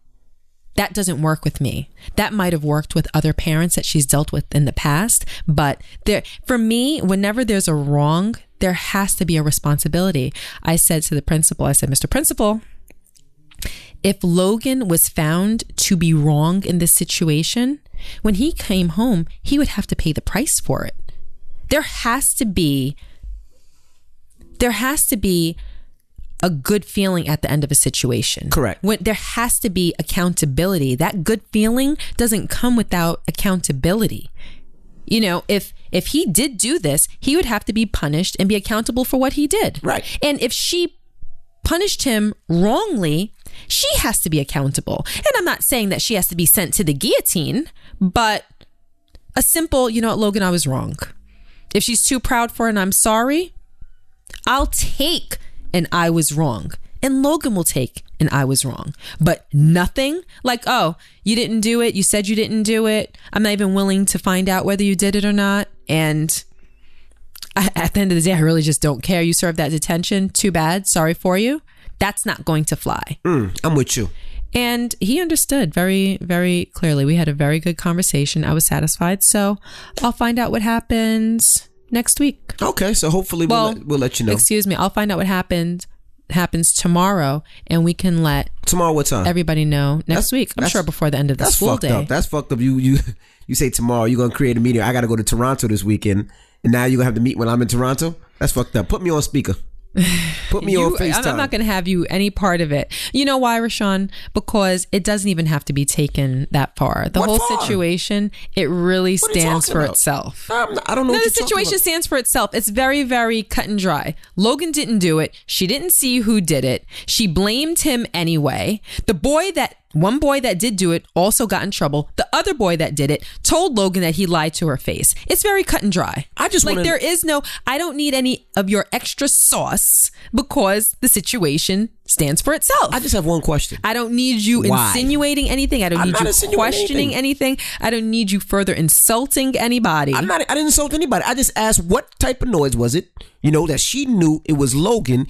that doesn't work with me. That might have worked with other parents that she's dealt with in the past, but there for me, whenever there's a wrong, there has to be a responsibility. I said to the principal, I said, "Mr. Principal, if Logan was found to be wrong in this situation, when he came home, he would have to pay the price for it. There has to be there has to be a good feeling at the end of a situation. Correct. When there has to be accountability. That good feeling doesn't come without accountability. You know, if if he did do this, he would have to be punished and be accountable for what he did. Right. And if she punished him wrongly, she has to be accountable. And I'm not saying that she has to be sent to the guillotine, but a simple, you know what, Logan, I was wrong. If she's too proud for it and I'm sorry, I'll take an I was wrong. And Logan will take an I was wrong. But nothing like, oh, you didn't do it. You said you didn't do it. I'm not even willing to find out whether you did it or not. And I, at the end of the day, I really just don't care. You served that detention. Too bad. Sorry for you. That's not going to fly. Mm, I'm with you. And he understood very, very clearly. We had a very good conversation. I was satisfied. So I'll find out what happens next week. Okay, so hopefully we'll, Well, let, we'll let you know. Excuse me. I'll find out what happened happens tomorrow, and we can let Tomorrow what time? everybody know next That's- week. I'm that's- sure before the end of the That's school fucked day. up. That's fucked up. You you you say tomorrow you're gonna create a meeting. I gotta go to Toronto this weekend, and now you're gonna have to meet when I'm in Toronto. That's fucked up. Put me on speaker. Put me on You- I'm, FaceTime. I'm not going to have you any part of it. You know why, Rashawn? Because it doesn't even have to be taken that far. The What whole far? situation, it really are you stands talking for about? itself. I'm not- I don't know. No, what the you're talking situation stands for itself. It's very, very cut and dry. Logan didn't do it. She didn't see who did it. She blamed him anyway. The boy that one boy that did do it also got in trouble. The other boy that did it told Logan that he lied to her face. It's very cut and dry. I just like wanna- there is no. I don't need any of your extra sauce because the situation stands for itself. I just have one question. I don't need you Why? insinuating anything. I don't I'm need not you insinuating questioning anything. I don't need you further insulting anybody. I'm not. I didn't insult anybody. I just asked what type of noise was it. You know that she knew it was Logan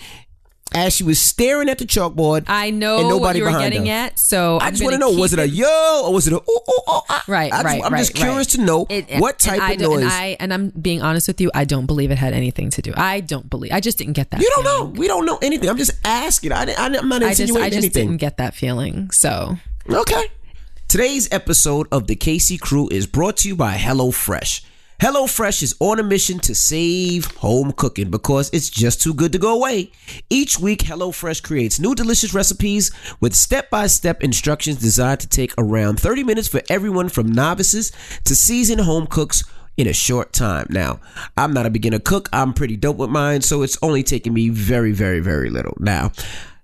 as she was staring at the chalkboard. I know and what nobody you were behind getting her. at. So I I'm just want to know was it a yo or was it a ooh ooh oh? I, right, I just, right, I'm right, just curious right. to know It- what and type I of don't- noise. And, I, and I'm being honest with you. I don't believe it had anything to do. I don't believe. I just didn't get that. You don't know. feeling. We don't know anything. I'm just asking. I, I, I'm not I just, insinuating I just anything. didn't get that feeling. So Okay. Today's episode of the KC Crew is brought to you by HelloFresh. HelloFresh is on a mission to save home cooking because it's just too good to go away. Each week, HelloFresh creates new delicious recipes with step by step instructions designed to take around 30 minutes for everyone from novices to seasoned home cooks in a short time. Now, I'm not a beginner cook, I'm pretty dope with mine, so it's only taking me very, very, very little. Now,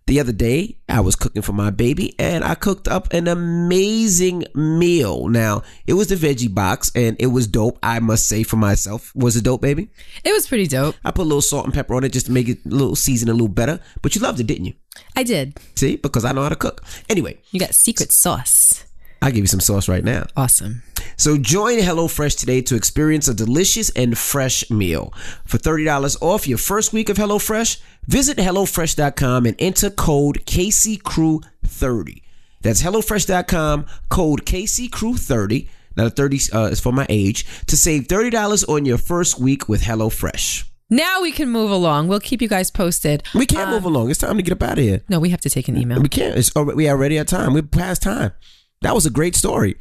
the other day, I was cooking for my baby and I cooked up an amazing meal. Now, it was the veggie box and it was dope, I must say for myself. Was it dope, baby? it was pretty dope. I put a little salt and pepper on it just to make it a little season a little better. But you loved it, didn't you? I did. See? Because I know how to cook. Anyway, You got secret sauce. I'll give you some sauce right now. Awesome. So join HelloFresh today to experience a delicious and fresh meal. For $30 off your first week of HelloFresh, visit HelloFresh.com and enter code KCCrew30. That's HelloFresh.com, code KCCrew30. Now the 30 uh, is for my age to save $30 on your first week with HelloFresh. Now we can move along. We'll keep you guys posted. We can't move along. It's time to get up out of here. No, we have to take an email. We can't. It's already, we already at time. We're past time. That was a great story.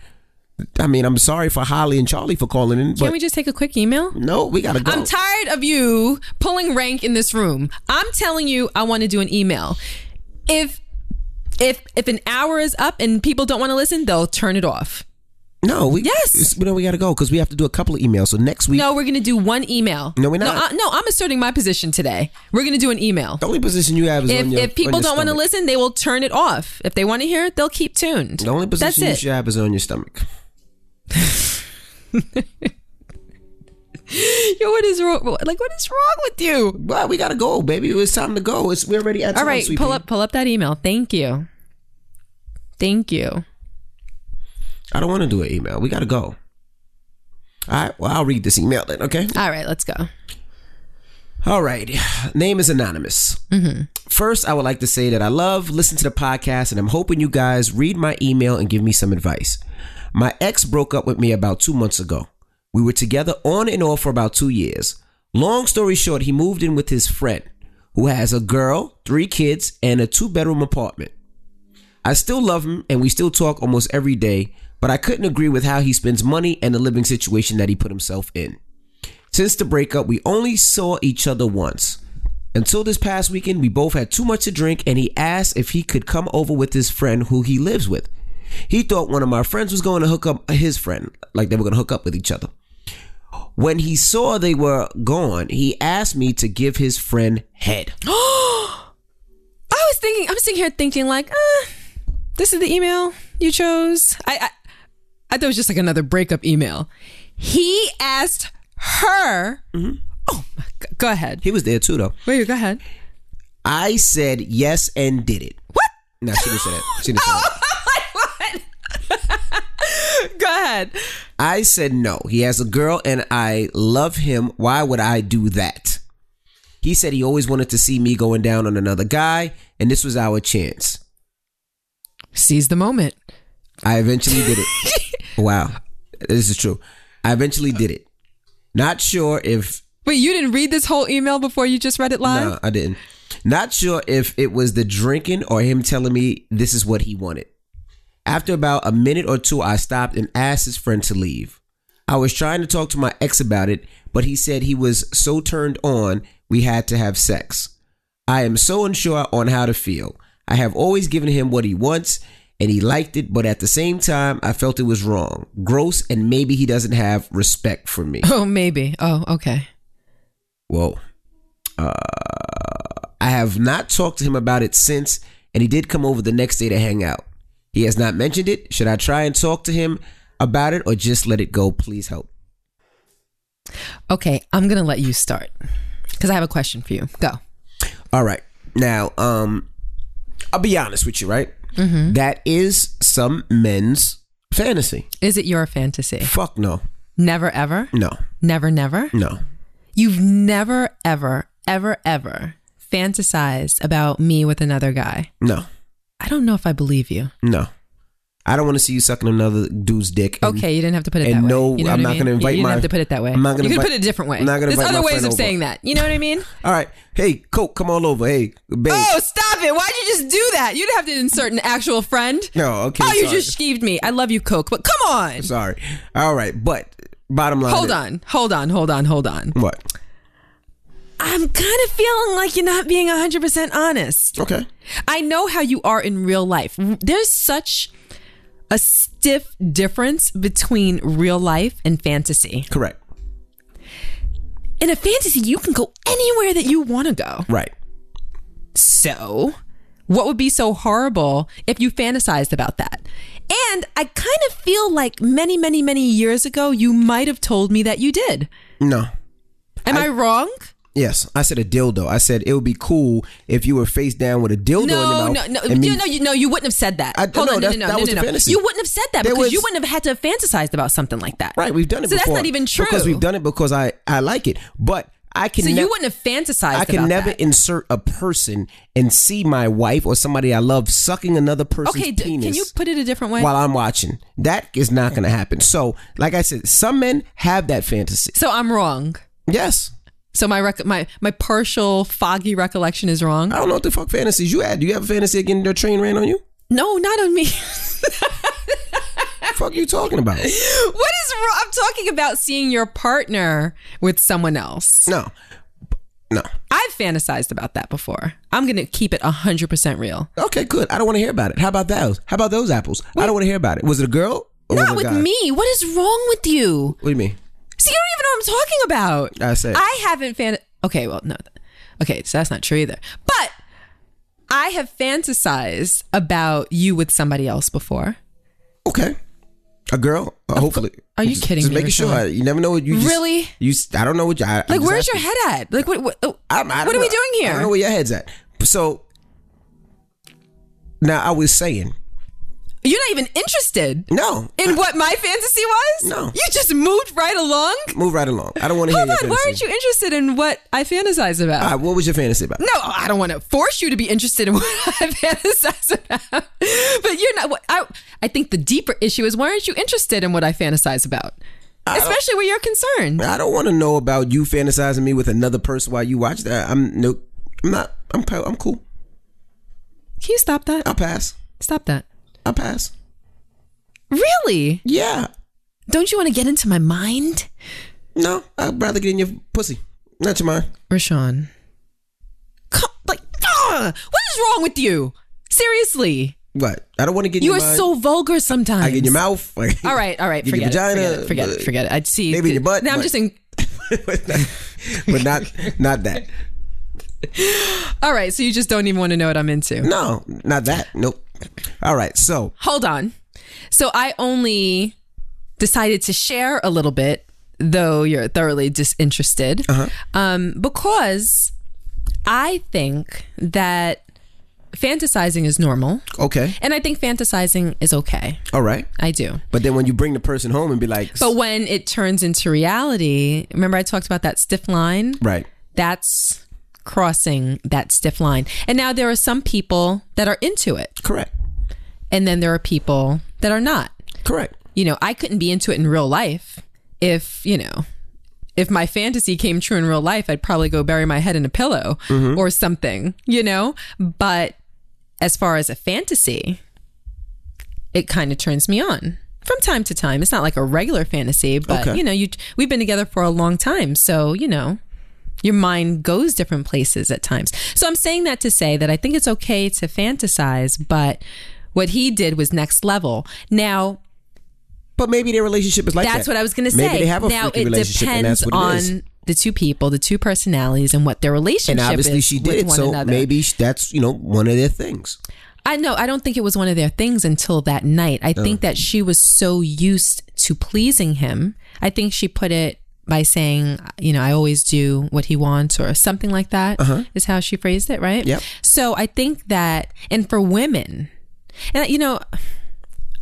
I mean, I'm sorry for Holly and Charlie for calling in, but Can we just take a quick email? no, we gotta go. I'm tired of you pulling rank in this room. I'm telling you, I want to do an email. If if if an hour is up and people don't want to listen, they'll turn it off. No, we Yes. it's- We know we got to go because we have to do a couple of emails. So next week, No, we're gonna do one email. No, we're not. No, I, no I'm asserting my position today. We're gonna do an email. the only position you have is If, on your. if people on your don't want to stomach. listen, they will turn it off. If they want to hear it, they'll keep tuned. the only position you That's it. should have is on your stomach. Yo, what is wrong? Like, what is wrong with you? Well, we gotta go, baby. It's time to go. It's we're already at. All time, right, sweetie. pull up, pull up that email. Thank you. Thank you. I don't want to do an email. We gotta go. All right. Well, I'll read this email then. Okay. All right, let's go. All right. Name is anonymous. First, I would like to say that I love listening to the podcast, and I'm hoping you guys read my email and give me some advice. My ex broke up with me about two months ago. We were together on and off for about two years. Long story short, he moved in with his friend, who has a girl, three kids, and a two bedroom apartment. I still love him and we still talk almost every day, but I couldn't agree with how he spends money and the living situation that he put himself in. Since the breakup, we only saw each other once. Until this past weekend, we both had too much to drink, and he asked if he could come over with his friend who he lives with. He thought one of my friends was going to hook up his friend, like they were going to hook up with each other. When he saw they were gone, he asked me to give his friend head. I was thinking, I was sitting here thinking, like, uh, This is the email you chose. I, I I thought it was just like another breakup email. He asked her. Oh my god. Go ahead. He was there too, though. Wait, go ahead. I said yes and did it. What? No, she didn't say that. She didn't say Oh, that. Go ahead. I said no. He has a girl and I love him. Why would I do that? He said he always wanted to see me going down on another guy, and this was our chance. Seize the moment. I eventually did it. wow. This is true. I eventually did it. Not sure if Wait, you didn't read this whole email before you just read it live? No, I didn't. Not sure if it was the drinking or him telling me this is what he wanted. After about a minute or two, I stopped and asked his friend to leave. I was trying to talk to my ex about it, but he said he was so turned on, we had to have sex. I am so unsure on how to feel. I have always given him what he wants, and he liked it, but at the same time, I felt it was wrong, gross, and maybe he doesn't have respect for me. Oh, maybe. Oh, okay. Whoa. Uh, I have not talked to him about it since, and he did come over the next day to hang out. He has not mentioned it. Should I try and talk to him about it or just let it go? Please help. Okay, I'm going to let you start because I have a question for you. Go. All right. Now, um, I'll be honest with you, right? Mm-hmm. That is some men's fantasy. Is it your fantasy? Fuck no. Never, ever? No. Never, never? No. You've never, ever, ever, ever fantasized about me with another guy. No. I don't know if I believe you. No. I don't want to see you sucking another dude's dick. and- Okay, you didn't have to put it Mm-hmm. and that no, way. You know I'm what I not gonna mean? invite You didn't my- have to put it that way. I'm not gonna you could invite- put it a different way. I'm not gonna There's invite other my ways friend of over. saying that. You know what I mean? All right. Hey, Coke, come on over. Hey, babe. Oh, stop it. Why'd you just do that? You didn't have to insert an actual friend. no, okay. oh, you sorry. just skeeved me. I love you, Coke, but come on. Sorry. All right, but bottom line. Hold is- on. Hold on. Hold on. Hold on. What? I'm kind of feeling like you're not being 100% honest. Okay. I know how you are in real life. There's such a stiff difference between real life and fantasy. Correct. In a fantasy, you can go anywhere that you want to go. Right. So, what would be so horrible if you fantasized about that? And I kind of feel like many, many, many years ago, you might have told me that you did. No. Am I, wrong? Yes, I said a dildo. I said it would be cool if you were face down with a dildo No, in your no, mouth. no, and me- you, no, you, no, you wouldn't have said that. I- Hold no, on, no, that's- no, no, that no, was no, the no. fantasy. You wouldn't have said that There because was- you wouldn't have had to have fantasized about something like that. Right, we've done it So before. that's not even true. Because we've done it because I, I like it. But I can So nev- you wouldn't have fantasized. I can about never that. insert a person and see my wife or somebody I love sucking another person's Okay, d- penis. can you put it a different way? while I'm watching. That is not going to happen. So, like I said, some men have that fantasy. so I'm wrong. Yes. So my rec- my my partial foggy recollection is wrong. I don't know what the fuck fantasies you had. Do you have a fantasy of getting your train ran on you? No, not on me. fuck you talking about? what is wrong? I'm talking about seeing your partner with someone else. No. No. I've fantasized about that before. I'm gonna keep it hundred percent real. Okay, good. I don't want to hear about it. How about those? How about those apples? I don't want to hear about it. Was it a girl? Or was it Not a with guy? me. What is wrong with you? What do you mean? See, you don't even know what I'm talking about. I said. I haven't fan. Okay, well, no. Okay, so that's not true either. But I have fantasized about you with somebody else before. okay. A girl? Uh, hopefully. Are you Just- kidding Just me, making sure. Rashawn? You never know what you just, Really? You. s- I don't know what you. I, I'm Like, just where's asking. your head at? Like, what? What, I'm, I don't what are we know. doing I here? don't know where your head's at. So now I was saying, You're not even interested no, in what my fantasy was. No. you just moved right along. move right along. I don't want to hear Hold your fantasy. on, why aren't you interested in what I fantasize about? All right, what was your fantasy about? no, I don't want to force you to be interested in what I fantasize about. But you're not. what- I, I think the deeper issue is why aren't you interested in what I fantasize about? Especially where you're concerned. I don't want to know about you fantasizing me with another person while you watch that. I'm no, I'm not. I'm pa- I'm cool. Can you stop that? I'll pass. Stop that. I'll pass. Really? Yeah. Don't you want to get into my mind? No, I'd rather get in your pussy, not your mind. Rashawn. Come, like, ah, what is wrong with you? Seriously. What? I don't want to get in You your are mind. so vulgar sometimes. I get in your mouth. Like, All right, all right. Get in your Forget, it, vagina, forget it. Forget it. but- Forget it. I'd see. Maybe in your butt, Now I'm but- just in. but not, but not, not that. All right, so you just don't even want to know what I'm into. No, not that. Nope. All right. So Hold on. So I only decided to share a little bit, though you're thoroughly disinterested, um, because I think that fantasizing is normal. okay. And I think fantasizing is okay. All right. I do. But then when you bring the person home and be like, But when it turns into reality, remember I talked about that stiff line? right. That's crossing that stiff line. And now there are some people that are into it, Correct. and then there are people that are not. Correct. You know, I couldn't be into it in real life if, you know, if my fantasy came true in real life, I'd probably go bury my head in a pillow or something, you know? But as far as a fantasy, it kind of turns me on from time to time. It's not like a regular fantasy, but Okay. you know, you we've been together for a long time, so you know, your mind goes different places at times. So I'm saying that to say that I think it's okay to fantasize, but what he did was next level. Now, But maybe their relationship is like that's that. what I was going to say. Maybe they have a now freaky it relationship, and depends that's what on it is. the two people, the two personalities, and what their relationship And obviously is she with did, one so another. maybe sh- that's you know one of their things. I know. I don't think it was one of their things until that night. I think that she was so used to pleasing him. I think she put it by saying, you know, I always do what he wants or something like that is how she phrased it, right? Yep. So I think that, and for women, and you know,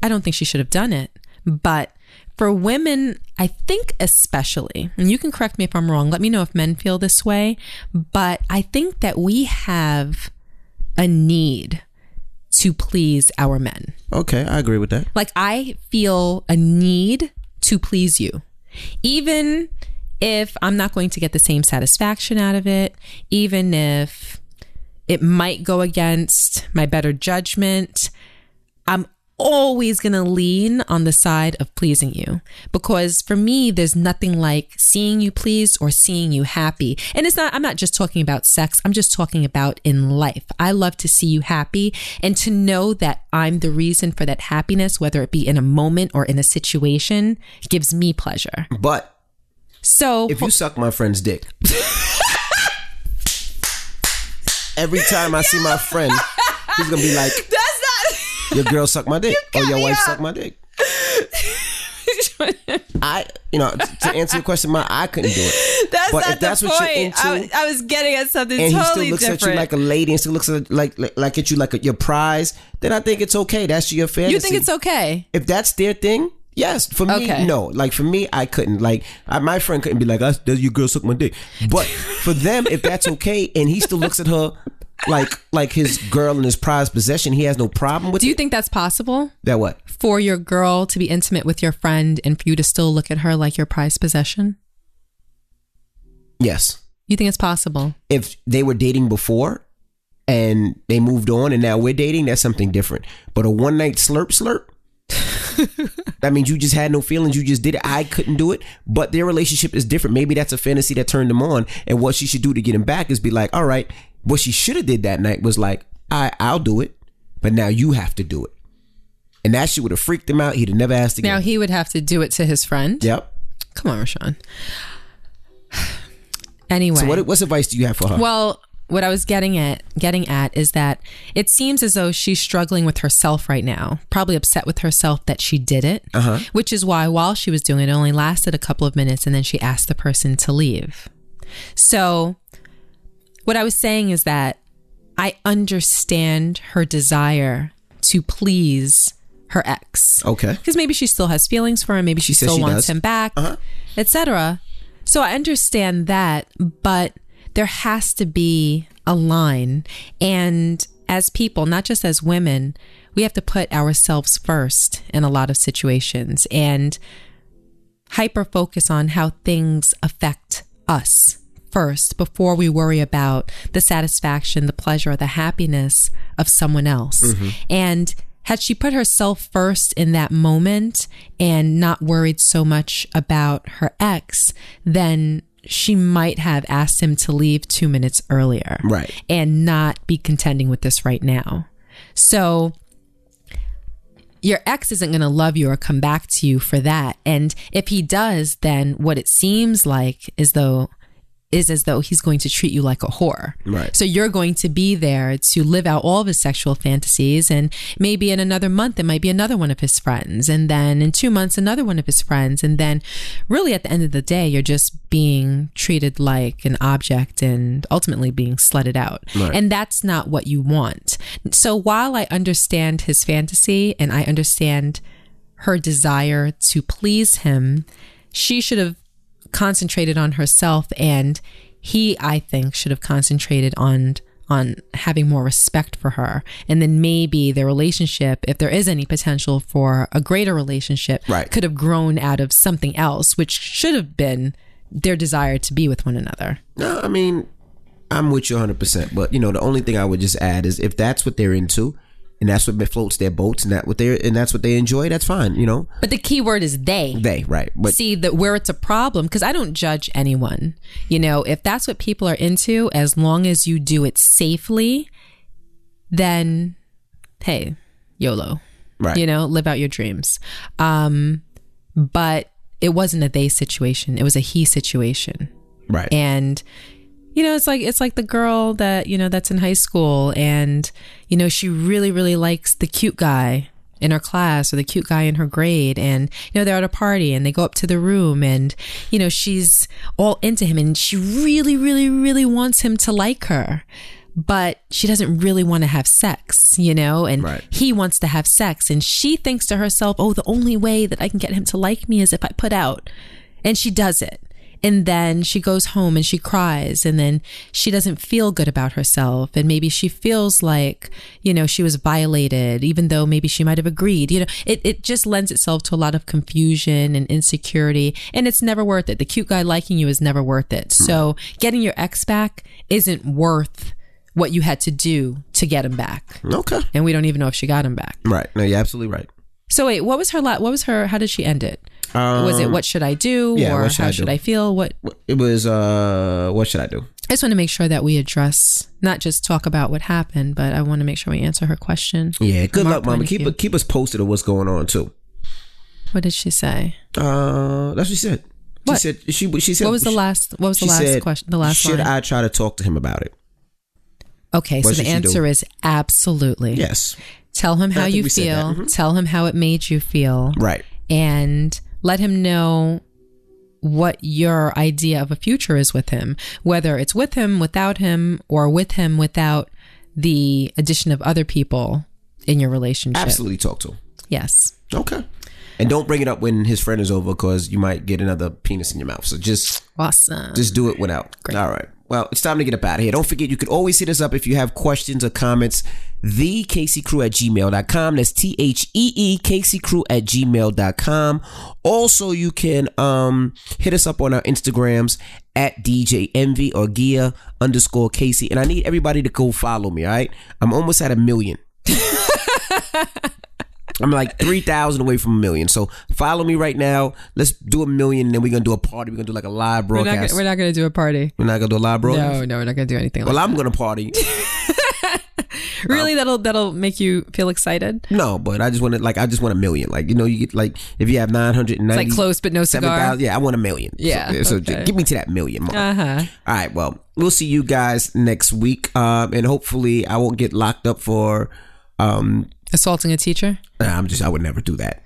I don't think she should have done it, but for women, I think especially, and you can correct me if I'm wrong, let me know if men feel this way, but I think that we have a need to please our men. Okay, I agree with that. Like I feel a need to please you. Even if I'm not going to get the same satisfaction out of it, even if it might go against my better judgment, I'm always going to lean on the side of pleasing you because for me there's nothing like seeing you pleased or seeing you happy. And it's not I'm not just talking about sex, I'm just talking about in life. I love to see you happy and to know that I'm the reason for that happiness whether it be in a moment or in a situation gives me pleasure. But So if you suck my friend's dick, every time I see my friend, he's gonna be like, That's "Your girl sucked my dick," or "Your wife sucked my dick." not. I, you know, t- to answer your question, my I couldn't do it. That's But not if that's the what you're point. I, into- was, I was getting at something And totally he still looks different. at you like a lady, and still looks at like like, like at you like a, your prize. Then I think it's okay. That's your fantasy. you think it's okay? if that's their thing, yes. For me, Okay. no. Like for me, I couldn't. Like I, my friend couldn't be like, "That's that's your girl suck my dick." But for them, if that's okay, and he still looks at her like like his girl and his prized possession, he has no problem with Do you it. think that's possible? that. What? for your girl to be intimate with your friend and for you to still look at her like your prized possession? Yes. You think it's possible? If they were dating before and they moved on, and now we're dating, that's something different. But a one night slurp slurp. that means you just had no feelings. You just did it. I couldn't do it. But their relationship is different. Maybe that's a fantasy that turned them on. And what she should do to get him back is be like, all right, what she should have did that night was like, I I'll do it, but now you have to do it. And that shit would have freaked him out. He'd have never asked again. Now he would have to do it to his friend. yep. Come on, Rashawn. Anyway, So what what's advice do you have for her? well, what I was getting at getting at is that it seems as though she's struggling with herself right now. Probably upset with herself that she did it, uh-huh. which is why while she was doing it, it only lasted a couple of minutes, and then she asked the person to leave. So, what I was saying is that I understand her desire to please her ex okay. because maybe she still has feelings for him maybe She she, says still she wants does. Uh-huh. him back etc so i understand that but there has to be a line and as people not just as women we have to put ourselves first in a lot of situations and hyper focus on how things affect us first before we worry about the satisfaction, the pleasure, or the happiness of someone else. And had she put herself first in that moment and not worried so much about her ex, then she might have asked him to leave two minutes earlier Right. and not be contending with this right now. So your ex isn't going to love you or come back to you for that. And if he does, then what it seems like is though is as though he's going to treat you like a whore. Right. So you're going to be there to live out all of his sexual fantasies. And maybe in another month, it might be another one of his friends. And then in two months, another one of his friends. And then really at the end of the day, you're just being treated like an object and ultimately being slutted out. And that's not what you want. So while I understand his fantasy and I understand her desire to please him, she should have concentrated on herself and he I think should have concentrated on on having more respect for her and then maybe their relationship if there is any potential for a greater relationship Right. could have grown out of something else which should have been their desire to be with one another. No, I mean, I'm with you 100%. But, you know, the only thing I would just add is if that's what they're into and that's what floats their boats and that what they are and that's what they enjoy, that's fine, you know? But the key word is they. They, right. But see that where it's a problem because I don't judge anyone. You know, if that's what people are into, as long as you do it safely, then hey, YOLO. Right. You know, live out your dreams. Um, but it wasn't a they situation; it was a he situation right. and you know it's like it's like the girl that you know that's in high school and you know she really really likes the cute guy in her class or the cute guy in her grade and you know they're at a party and they go up to the room and you know she's all into him and she really really really wants him to like her but she doesn't really want to have sex, you know, and Right. he wants to have sex. And she thinks to herself, oh, the only way that I can get him to like me is if I put out. And she does it. And then she goes home and she cries. And then she doesn't feel good about herself. And maybe she feels like, you know, she was violated, even though maybe she might have agreed. You know, it, it just lends itself to a lot of confusion and insecurity. And it's never worth it. The cute guy liking you is never worth it. So getting your ex back isn't worth what you had to do to get him back. okay. And we don't even know if she got him back. Right. No, you're absolutely right. So wait, what was her la- what was her how did she end it? Um, was it what should I do yeah, or what should how I should do? I feel? What It was, uh, what should I do? I just want to make sure that we address not just talk about what happened, but I want to make sure we answer her question. Yeah. Good From our luck, mama. point of view. Keep, keep us posted of what's going on, too. What did she say? Uh, that's what she said. She What? said, she, she said, what was the last what was the she last said, question the last Should line? I try to talk to him about it? okay, so what the should she answer do? is absolutely. Yes. Tell him how think you we said that. Mm-hmm. feel. Tell him how it made you feel. Right. and let him know what your idea of a future is with him, whether it's with him, without him, or with him without the addition of other people in your relationship. Absolutely talk to him. Yes. Okay. And don't bring it up when his friend is over because you might get another penis in your mouth. So just Awesome. just do it without. All right. Well, it's time to get up out of here. Don't forget, you can always hit us up if you have questions or comments. The KC Crew at gmail.com. That's T H E E KC Crew at gmail.com. Also, you can um, hit us up on our Instagrams at DJ Envy or Gia underscore Casey. And I need everybody to go follow me, all right? I'm almost at a million. I'm like 3,000 away from a million. So follow me right now. Let's do a million, and then we're going to do a party. We're going to do like a live We're not, broadcast. gonna, we're not gonna do a party. We're not gonna do a live broadcast. No, no, we're not gonna do anything. Well, like I'm gonna party. really, that'll that'll make you feel excited. no, but I just want to like I just want a million. Like you know, you get like if you have nine hundred It's ninety, like close but no cigar. Yeah, I want a million. Yeah, So, so okay. j- get me to that million mark. Uh huh. All right. Well, we'll see you guys next week, um, and hopefully I won't get locked up for. Um, Assaulting a teacher? nah, I'm just I would never do that.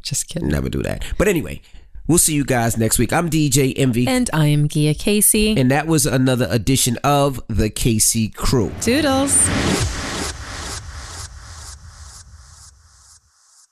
Just kidding. Never do that. But anyway, we'll see you guys next week. I'm DJ Envy, And I am Gia Casey. E and that was another edition of the KC Crew. Doodles.